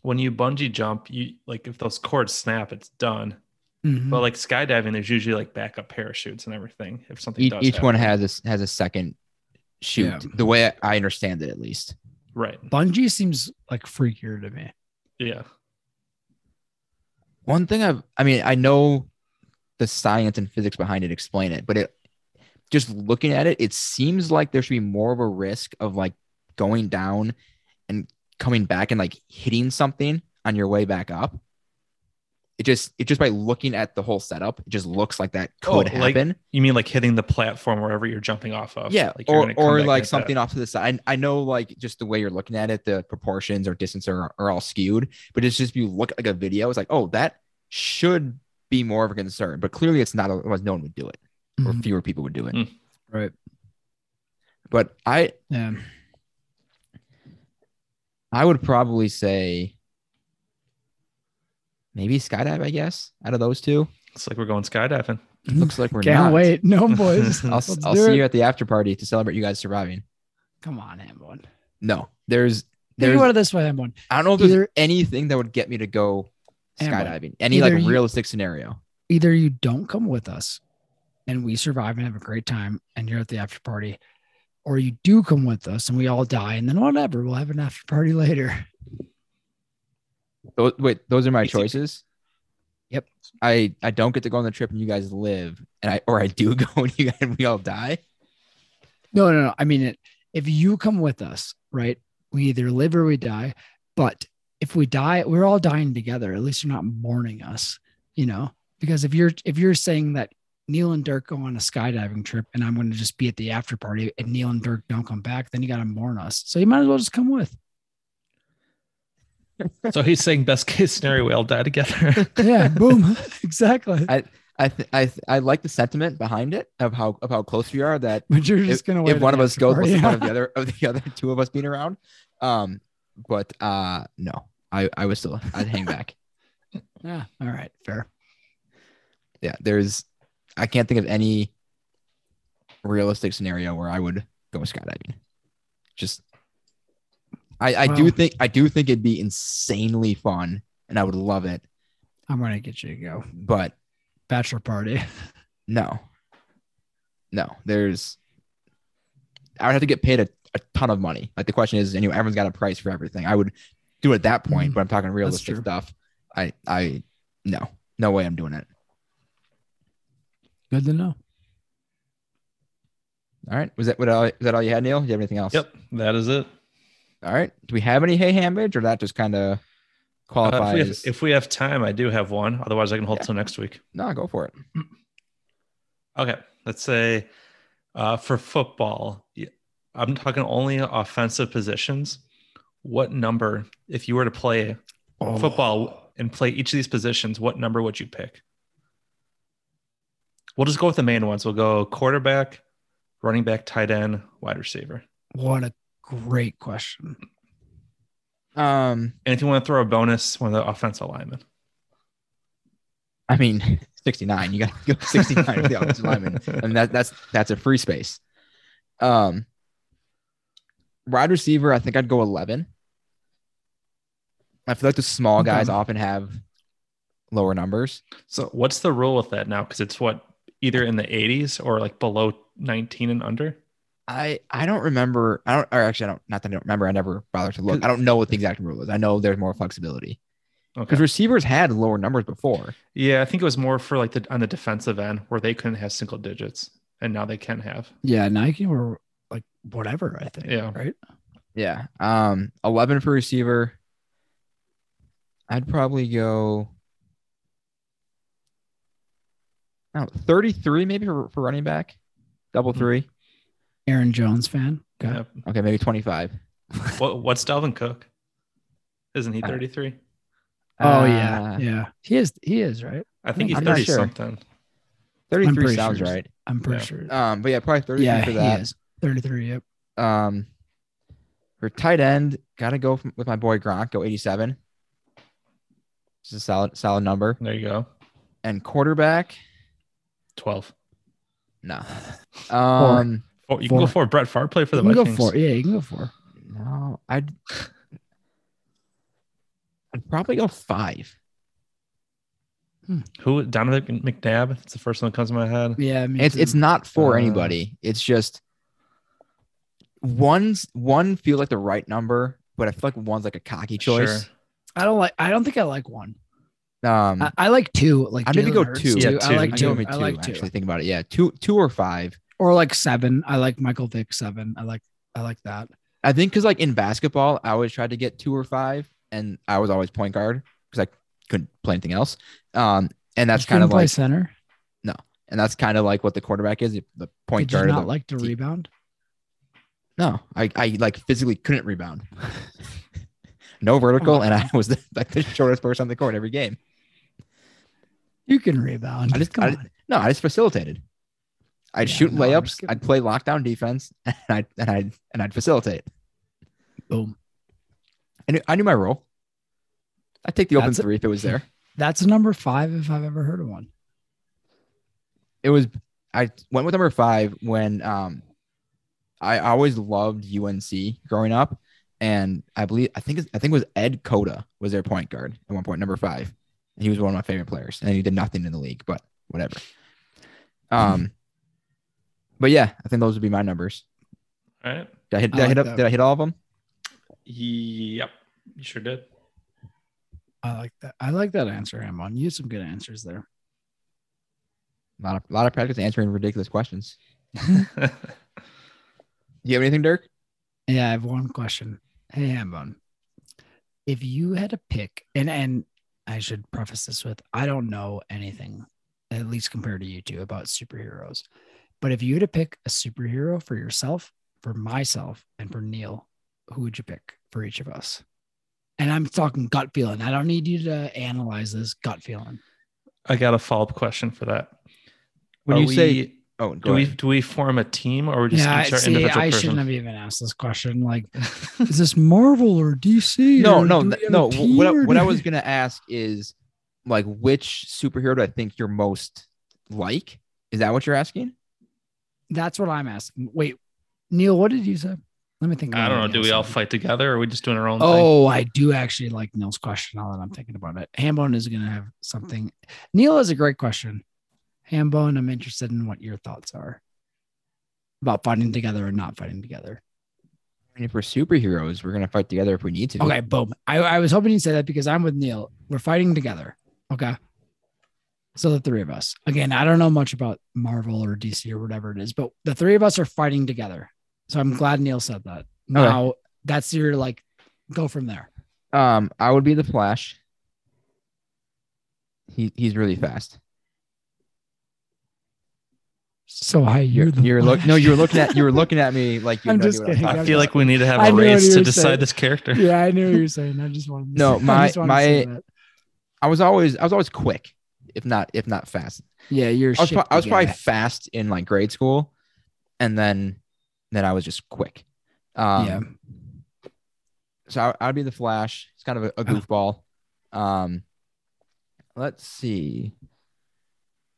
Speaker 3: When you bungee jump, you like if those cords snap, it's done.
Speaker 2: Mhm.
Speaker 1: Mm.
Speaker 3: But like skydiving, there's usually like backup parachutes and everything. If something
Speaker 1: Each,
Speaker 3: does
Speaker 1: E-, each
Speaker 3: happen.
Speaker 1: one has a, has a second shoot.
Speaker 2: Yeah.
Speaker 1: The way I- I understand it, at least.
Speaker 3: right.
Speaker 2: bungee seems like freakier to me.
Speaker 3: Yeah.
Speaker 1: one thing I've, I mean, I know the science and physics behind it explain it, but it just looking at it, it seems like there should be more of a risk of like going down and coming back and like hitting something on your way back up. It just, it just by looking at the whole setup, it just looks like that
Speaker 3: Oh,
Speaker 1: could
Speaker 3: like-
Speaker 1: happen.
Speaker 3: You mean like hitting the platform wherever you're jumping off of?
Speaker 1: yeah.
Speaker 3: Like you're
Speaker 1: Or,
Speaker 3: gonna come back
Speaker 1: or
Speaker 3: and
Speaker 1: like
Speaker 3: hit that.
Speaker 1: something off to the side. I, I know like just the way you're looking at it, the proportions or distance are, are all skewed, but it's just if you look at, like a video, it's like, oh, that should be more of a concern, but clearly it's not, otherwise no one would do it or
Speaker 2: Mhm.
Speaker 1: fewer people would do it.
Speaker 3: Mm.
Speaker 2: Right.
Speaker 1: But I,
Speaker 2: Yeah.
Speaker 1: I would probably say maybe skydive, I guess, out of those two.
Speaker 3: It's like we're going skydiving.
Speaker 1: Looks like we're
Speaker 2: Can't
Speaker 1: not.
Speaker 2: wait. No,
Speaker 3: Oh,
Speaker 2: boys.
Speaker 1: I'll,
Speaker 2: Let's
Speaker 1: s- I'll
Speaker 2: do
Speaker 1: see
Speaker 2: it.
Speaker 1: you at the after party to celebrate you guys surviving.
Speaker 2: Come on, ham bone.
Speaker 1: No, there's,
Speaker 2: Think
Speaker 1: there's,
Speaker 2: about it this way, ham bone.
Speaker 1: I don't know if there's
Speaker 2: either-
Speaker 1: anything that would get me to go
Speaker 2: Amber,
Speaker 1: skydiving. Any
Speaker 2: either
Speaker 1: like
Speaker 2: you-
Speaker 1: realistic scenario.
Speaker 2: either you don't come with us and we survive and have a great time and you're at the after party or you do come with us and we all die and then whatever we'll have an after party later
Speaker 1: Tho- wait, those are my
Speaker 3: Basically.
Speaker 1: choices.
Speaker 2: Yep.
Speaker 1: I I don't get to go on the trip and you guys live, and I or I do go and you guys and we all die.
Speaker 2: no no no i mean it, if you come with us right we either live or we die but if we die we're all dying together at least you're not mourning us you know because if you're if you're saying that neil and dirk go on a skydiving trip and i'm going to just be at the after party and neil and dirk don't come back then you got to mourn us so you might as well just come with
Speaker 3: So he's saying best case scenario, we all die together.
Speaker 2: yeah boom exactly
Speaker 1: I th- I th- I like the sentiment behind it of how of how close we are. That
Speaker 2: but you're just gonna wait
Speaker 1: if one of us goes, what's the one of
Speaker 2: yeah.
Speaker 1: the other of the other two of us being around? Um, but uh, no, I I was still I'd hang back.
Speaker 2: yeah all right fair
Speaker 1: Yeah, there's I can't think of any realistic scenario where I would go skydiving. Just I I do
Speaker 2: Wow.
Speaker 1: think I do think it'd be insanely fun and I would love it,
Speaker 2: i'm gonna get you to go
Speaker 1: but
Speaker 2: bachelor party
Speaker 1: no. No, there's I would have to get paid a, a ton of money. Like the question is, anyway, everyone's got a price for everything. I would do it at that point,
Speaker 2: Mm,
Speaker 1: but I'm talking realistic
Speaker 2: true.
Speaker 1: stuff. I I no, no way I'm doing it.
Speaker 2: good to know
Speaker 1: All right. Was that what all, was that all you had, Neil? Do you have anything else?
Speaker 3: yep, that is it.
Speaker 1: All right. Do we have any hay hambage or that just kind of
Speaker 3: Uh, if, we
Speaker 1: qualifies?
Speaker 3: have, if we have time, I do have one. Otherwise, I can hold till next week.
Speaker 1: no, go for it.
Speaker 3: Okay, let's say uh, for football, y- I'm talking only offensive positions. What number, if you were to play
Speaker 2: Oh.
Speaker 3: football and play each of these positions, what number would you pick? We'll just go with the main ones. We'll go quarterback, running back, tight end, wide receiver.
Speaker 2: what a great question
Speaker 1: Um,
Speaker 3: And if you want to throw a bonus, one of the offensive linemen.
Speaker 1: I mean, 69. You got to go 69 with the offensive lineman. I mean, that, that's that's a free space. Um, wide receiver, I think I'd go 11. I feel like the small
Speaker 2: Okay.
Speaker 1: guys often have lower numbers.
Speaker 3: So what's the rule with that now? Because it's what either in the 80s or like below 19 and under.
Speaker 1: I I don't remember. I don't. Or actually, I don't. Not that I don't remember. I never bothered to look. I don't know what the exact rule is. I know there's more flexibility
Speaker 3: Okay.
Speaker 1: because receivers had lower numbers before.
Speaker 3: Yeah, I think it was more for like the on the defensive end where they couldn't have single digits and now they can have.
Speaker 2: yeah nike or like whatever i think
Speaker 3: Yeah.
Speaker 2: right
Speaker 1: Yeah. Um, eleven for receiver. I'd probably go. I don't know, 33 maybe for, for running back, double
Speaker 2: Mm-hmm.
Speaker 3: Hmm.
Speaker 1: three.
Speaker 2: aaron jones fan okay
Speaker 3: Yep.
Speaker 1: Okay, maybe 25.
Speaker 3: What, what's Dalvin Cook? Isn't he
Speaker 1: Uh,
Speaker 3: 33?
Speaker 2: oh
Speaker 1: Uh,
Speaker 2: yeah yeah he is he is right
Speaker 3: I think he's
Speaker 1: I'm not
Speaker 3: 30
Speaker 1: sure.
Speaker 3: something.
Speaker 2: I'm
Speaker 1: 33
Speaker 2: pretty
Speaker 1: sounds
Speaker 2: sure
Speaker 1: right.
Speaker 2: i'm pretty
Speaker 3: Yeah.
Speaker 2: sure
Speaker 1: Um, but yeah, probably 33
Speaker 2: yeah
Speaker 1: for
Speaker 2: he
Speaker 1: that.
Speaker 2: is 33 yep
Speaker 1: Um, for tight end, gotta go from, with my boy Gronk. Go 87. It's a solid solid number.
Speaker 3: There you go.
Speaker 1: And quarterback,
Speaker 3: 12.
Speaker 1: no. Um,
Speaker 3: Oh, you can
Speaker 2: Four.
Speaker 3: go for Brett Favre played for
Speaker 2: you
Speaker 3: the
Speaker 2: can go
Speaker 3: Vikings.
Speaker 2: for yeah you can go for
Speaker 1: No, I'd I'd probably go five.
Speaker 3: Who? Donovan McNabb. It's the first one that comes to my head.
Speaker 2: yeah me
Speaker 1: It's
Speaker 2: too.
Speaker 1: it's not for
Speaker 3: Uh,
Speaker 1: anybody. It's just one's one feels like the right number, but I feel like one's like a cocky choice.
Speaker 2: i don't like i don't think i like one
Speaker 1: Um,
Speaker 2: I, I like two like
Speaker 1: I'd maybe
Speaker 2: Jalen
Speaker 1: go
Speaker 2: Hurts,
Speaker 1: two.
Speaker 2: too.
Speaker 3: Yeah,
Speaker 2: i
Speaker 3: two.
Speaker 2: like
Speaker 1: I
Speaker 3: I'd
Speaker 2: two
Speaker 1: go with
Speaker 2: i
Speaker 1: two,
Speaker 2: like two
Speaker 1: actually think about it. Yeah, two two or five.
Speaker 2: or like seven i like michael vick seven i like i like that
Speaker 1: I think because like in basketball, I always tried to get two or five, and I was always point guard because I couldn't play anything else. Um, and that's
Speaker 2: You
Speaker 1: kind
Speaker 2: couldn't
Speaker 1: of
Speaker 2: play
Speaker 1: like
Speaker 2: center
Speaker 1: and that's kind of like what the quarterback is, the point
Speaker 2: did you
Speaker 1: guard. of
Speaker 2: not
Speaker 1: the
Speaker 2: like to
Speaker 1: team.
Speaker 2: rebound
Speaker 1: No, I, I like physically couldn't rebound. no vertical, and I was the, like the shortest person on the court every game.
Speaker 2: you can rebound
Speaker 1: I just-
Speaker 2: come
Speaker 1: I
Speaker 2: on
Speaker 1: No, I just facilitated. I'd
Speaker 2: Yeah,
Speaker 1: shoot
Speaker 2: no, I'm
Speaker 1: layups.
Speaker 2: just kidding.
Speaker 1: I'd play lockdown defense, and I and I and I'd facilitate.
Speaker 2: boom
Speaker 1: I knew, I knew my role. I'd take the open
Speaker 2: That's it.
Speaker 1: three if it was there.
Speaker 2: that's number five if i've ever heard of one
Speaker 1: It was. I went with number five when um, I always loved UNC growing up, and I believe I think it's- I think it was Ed Cota was their point guard at one point, number five, and he was one of my favorite players, and he did nothing in the league, but whatever. Um, But yeah, I think those would be my numbers.
Speaker 3: All right.
Speaker 1: Did I hit,
Speaker 2: I
Speaker 1: did I, hit
Speaker 2: like
Speaker 1: up,
Speaker 2: that.
Speaker 1: did I hit all of them?
Speaker 3: Yep. You sure did.
Speaker 2: I like that. I like that answer, Amon. You had some good answers there.
Speaker 1: A lot of, lot of practice answering ridiculous questions. Do you have anything, Dirk?
Speaker 2: Yeah, I have one question. Hey, Ambone, if you had to pick, and and I should preface this with, I don't know anything, at least compared to you two, about superheroes. But if you had to pick a superhero for yourself, for myself, and for Neil, who would you pick for each of us? And I'm talking gut feeling. I don't need you to analyze this gut feeling.
Speaker 3: I got a follow up question for that.
Speaker 1: When
Speaker 3: Are
Speaker 1: you say-
Speaker 3: we-
Speaker 1: Oh,
Speaker 3: do
Speaker 1: go
Speaker 3: we
Speaker 1: ahead.
Speaker 3: do we form a team or we just
Speaker 2: yeah, I-
Speaker 3: each our
Speaker 2: see,
Speaker 3: individual
Speaker 2: I
Speaker 3: person?
Speaker 2: shouldn't have even asked this question. Like, is this Marvel or DC?
Speaker 1: no,
Speaker 2: Or
Speaker 1: no,
Speaker 2: do
Speaker 1: th-
Speaker 2: we have a
Speaker 1: no. wh- What I,
Speaker 2: team or
Speaker 1: what
Speaker 2: do
Speaker 1: I
Speaker 2: we-
Speaker 1: was gonna ask is, like, which superhero do I think you're most like? Is that what you're asking?
Speaker 2: That's what I'm asking. Wait, Neil, what did you say? Let me think.
Speaker 3: I don't know.
Speaker 2: about
Speaker 3: Do
Speaker 2: Neil's
Speaker 3: we all
Speaker 2: thing.
Speaker 3: fight together or are we just doing our own thing?
Speaker 2: Oh, I do actually like Neil's question now that I'm thinking about it. Hambone is going to have something. Neil has a great question. Hambone, I'm interested in what your thoughts are about fighting together and not fighting together.
Speaker 1: I mean, if we're superheroes, we're gonna fight together if we need to.
Speaker 2: Okay, boom. I, I was hoping you'd say that because I'm with Neil. We're fighting together. Okay. So the three of us. Again, I don't know much about Marvel or DC or whatever it is, but the three of us are fighting together. So I'm glad Neil said that. Now that's your like go from there.
Speaker 1: Um, I would be the Flash. He he's really fast.
Speaker 2: So hi,
Speaker 1: You're,
Speaker 2: you're the
Speaker 1: you're look. No, you were looking at you were looking at me like you. had
Speaker 2: I'm
Speaker 1: no idea
Speaker 2: just
Speaker 1: what I was
Speaker 2: kidding.
Speaker 1: talking
Speaker 3: I feel
Speaker 1: about.
Speaker 3: like we need to have
Speaker 2: I
Speaker 3: a
Speaker 2: knew what
Speaker 3: race
Speaker 2: you
Speaker 3: to
Speaker 2: were
Speaker 3: decide
Speaker 2: saying.
Speaker 3: this character.
Speaker 2: Yeah, I knew what you were saying. I just wanted.
Speaker 1: to No, say- I my- just wanted to say I was always I was always quick, if not if not fast.
Speaker 2: yeah, you're.
Speaker 1: I was, pro- I was probably
Speaker 2: guy.
Speaker 1: fast in like grade school, and then then I was just quick. Um,
Speaker 2: yeah.
Speaker 1: So I, I'd be the Flash. It's kind of a, a goofball. Um, let's see.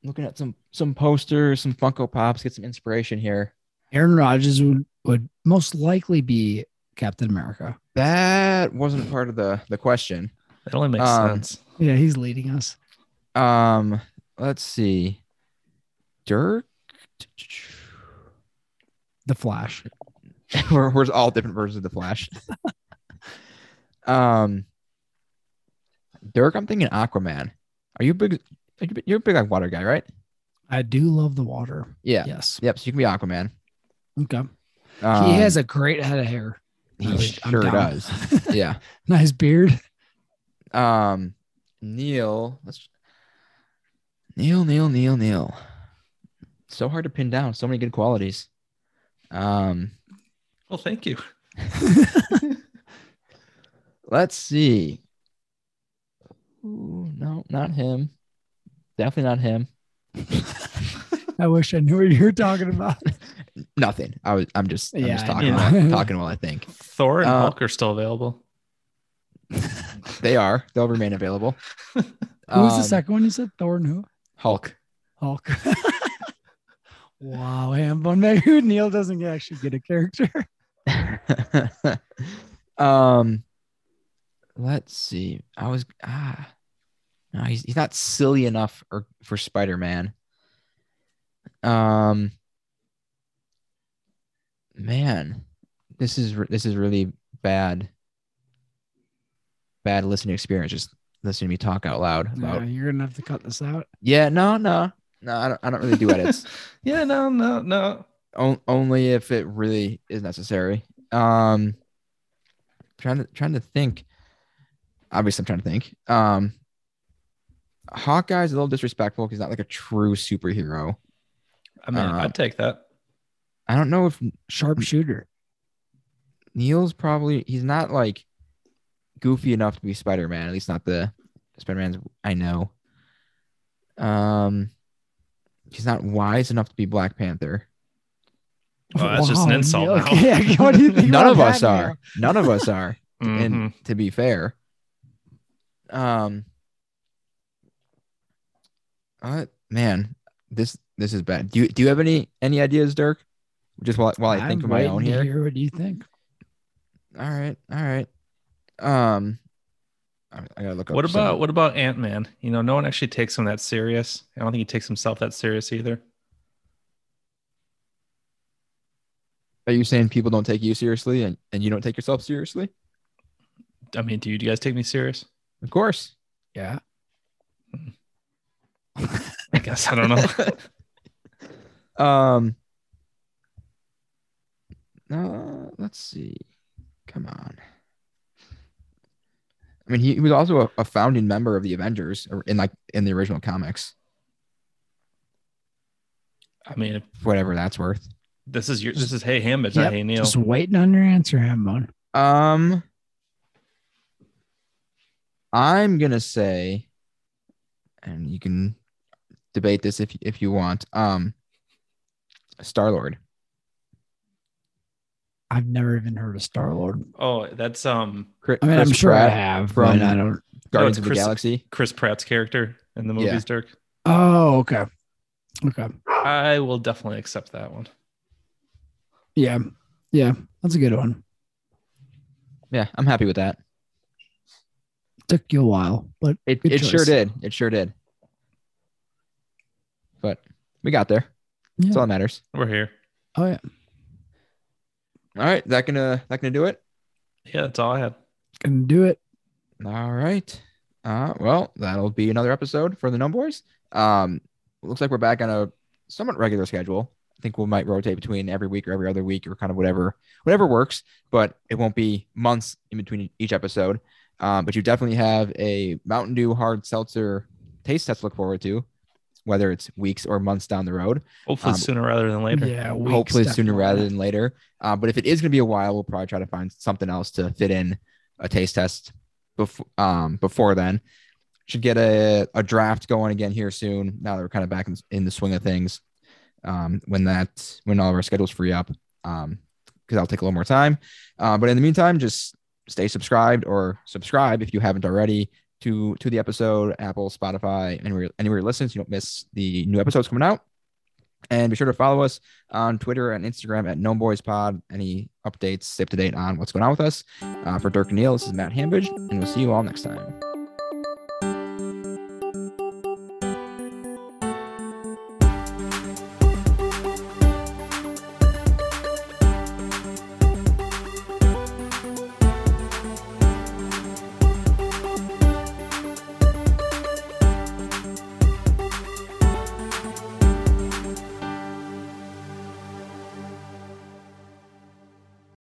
Speaker 1: Looking at some some posters, some Funko Pops, get some inspiration here.
Speaker 2: Aaron Rodgers would would most likely be Captain America.
Speaker 1: That wasn't part of the the question.
Speaker 3: That only makes
Speaker 1: Um,
Speaker 3: sense.
Speaker 2: Yeah, he's leading us.
Speaker 1: Um, let's see. Dirk.
Speaker 2: The Flash.
Speaker 1: we're, we're all different versions of the Flash. um, Dirk, I'm thinking Aquaman. Are you a big? Are you, you're a big like water guy, right?
Speaker 2: I do love the water.
Speaker 1: Yeah.
Speaker 2: Yes.
Speaker 1: Yep. So you can be Aquaman.
Speaker 2: Okay.
Speaker 1: Um,
Speaker 2: he has a great head of hair.
Speaker 1: He
Speaker 2: I'm
Speaker 1: sure
Speaker 2: down.
Speaker 1: does. yeah.
Speaker 2: nice beard.
Speaker 1: Um, Neil. Let's. Neil, Neil, Neil, Neil. So hard to pin down. So many good qualities. Um,
Speaker 3: Well, thank you.
Speaker 1: Let's see. Ooh, no, not him. Definitely not him.
Speaker 2: I wish I knew what you were talking about.
Speaker 1: Nothing. I was. I'm just. I'm
Speaker 2: Yeah,
Speaker 1: just
Speaker 2: I
Speaker 1: talking.
Speaker 3: know.
Speaker 1: While, talking while I think
Speaker 3: Thor and
Speaker 1: Uh,
Speaker 3: Hulk are still available.
Speaker 1: they are. They'll remain available.
Speaker 2: Who was
Speaker 1: Um,
Speaker 2: the second one you said? Thor and who?
Speaker 1: Hulk.
Speaker 2: Hulk. wow, Hambone. Maybe Neil doesn't actually get a character.
Speaker 1: um, let's see. I was. Ah, no, he's he's not silly enough or for Spider Man. Um, man, this is re- this is really bad. Bad listening experience. Just listening to me talk out loud about.
Speaker 2: Yeah, you're gonna have to cut this out.
Speaker 1: Yeah, no, no, no. I don't. I don't really do edits.
Speaker 3: yeah, no, no, no.
Speaker 1: on, only if it really is necessary. Um, trying to trying to think. Obviously, I'm trying to think. Um, Hawkeye's a little disrespectful because he's not like a true superhero.
Speaker 3: I mean,
Speaker 1: Uh,
Speaker 3: I'd take that.
Speaker 1: I don't know if
Speaker 2: Sharpshooter.
Speaker 1: Neil's probably he's not like goofy enough to be Spider Man. At least not the Spider Man's I know. Um, he's not wise enough to be Black Panther.
Speaker 3: Well, that's just an
Speaker 2: Wow,
Speaker 3: insult
Speaker 2: Neil.
Speaker 3: now.
Speaker 2: Okay, what do you think
Speaker 1: None
Speaker 2: about
Speaker 1: of us
Speaker 2: that,
Speaker 1: are.
Speaker 2: Neil?
Speaker 1: None of us are.
Speaker 3: Mhm.
Speaker 1: and
Speaker 2: Mm-hmm.
Speaker 1: to be fair um uh, man this this is bad do you do you have any any ideas dirk just while, while i think
Speaker 2: I'm
Speaker 1: of my
Speaker 2: waiting
Speaker 1: own
Speaker 2: to
Speaker 1: here
Speaker 2: hear what do you think?
Speaker 1: all right all right um i, I gotta look up
Speaker 3: What
Speaker 1: some-
Speaker 3: about what about Ant Man? You know, no one actually takes him that serious. I don't think he takes himself that serious either.
Speaker 1: Are you saying people don't take you seriously and, and you don't take yourself seriously?
Speaker 3: I mean, do you, do you guys take me serious?
Speaker 1: Of course.
Speaker 2: Yeah.
Speaker 3: I guess I don't know.
Speaker 1: Um uh, let's see. Come on. I mean, he, he was also a, a founding member of the Avengers or in like in the original comics,
Speaker 3: I mean, if
Speaker 1: whatever that's worth.
Speaker 3: this is your this is hey him, it's
Speaker 2: Yep,
Speaker 3: not hey Neil.
Speaker 2: Just waiting on your answer, Hambone.
Speaker 1: Um, I'm gonna say, and you can debate this if if you want. Um, Star Lord.
Speaker 2: I've never even heard of Star Lord.
Speaker 3: oh, that's um
Speaker 2: I mean, I'm sure I have,
Speaker 1: from-
Speaker 2: but I don't.
Speaker 1: Guardians
Speaker 3: Oh,
Speaker 1: of
Speaker 3: it's
Speaker 1: the
Speaker 3: Chris-
Speaker 1: Galaxy.
Speaker 3: Chris Pratt's character in the movies,
Speaker 1: Yeah.
Speaker 3: Dirk.
Speaker 2: Oh, okay. Okay.
Speaker 3: I will definitely accept that one.
Speaker 2: Yeah. Yeah. That's a good one.
Speaker 1: Yeah, I'm happy with that.
Speaker 2: Took you a while, but
Speaker 1: It
Speaker 2: Good
Speaker 1: it sure
Speaker 2: choice.
Speaker 1: did. It sure did. But we got there. That's
Speaker 2: Yeah.
Speaker 1: all that matters.
Speaker 3: We're here.
Speaker 2: oh yeah,
Speaker 1: All right, that gonna that gonna do it.
Speaker 3: Yeah, that's all I had.
Speaker 2: gonna do it.
Speaker 1: All right. Uh, well, that'll be another episode for the Gnome Boys. Um, looks like we're back on a somewhat regular schedule. I think we might rotate between every week or every other week or kind of whatever whatever works, but it won't be months in between each episode. Um, but you definitely have a Mountain Dew hard seltzer taste test to look forward to, whether it's weeks or months down the road.
Speaker 3: Hopefully
Speaker 1: Um,
Speaker 3: sooner rather than later.
Speaker 2: Yeah.
Speaker 1: hopefully sooner rather than later. Uh, but if it is going to be a while, we'll probably try to find something else to fit in a taste test before um, before then. Should get a, a draft going again here soon. Now that we're kind of back in, in the swing of things, um, when that when all of our schedules free up, because that'll take a little more time. Uh, but in the meantime, just stay subscribed or subscribe if you haven't already to to the episode, Apple, Spotify, anywhere anywhere you listen, so you don't miss the new episodes coming out. And be sure to follow us on Twitter and Instagram at Gnome Boys Pod. Any updates, stay up to date on what's going on with us. Uh, for Dirk and Neal, this is Matt Hambridge, and we'll see you all next time.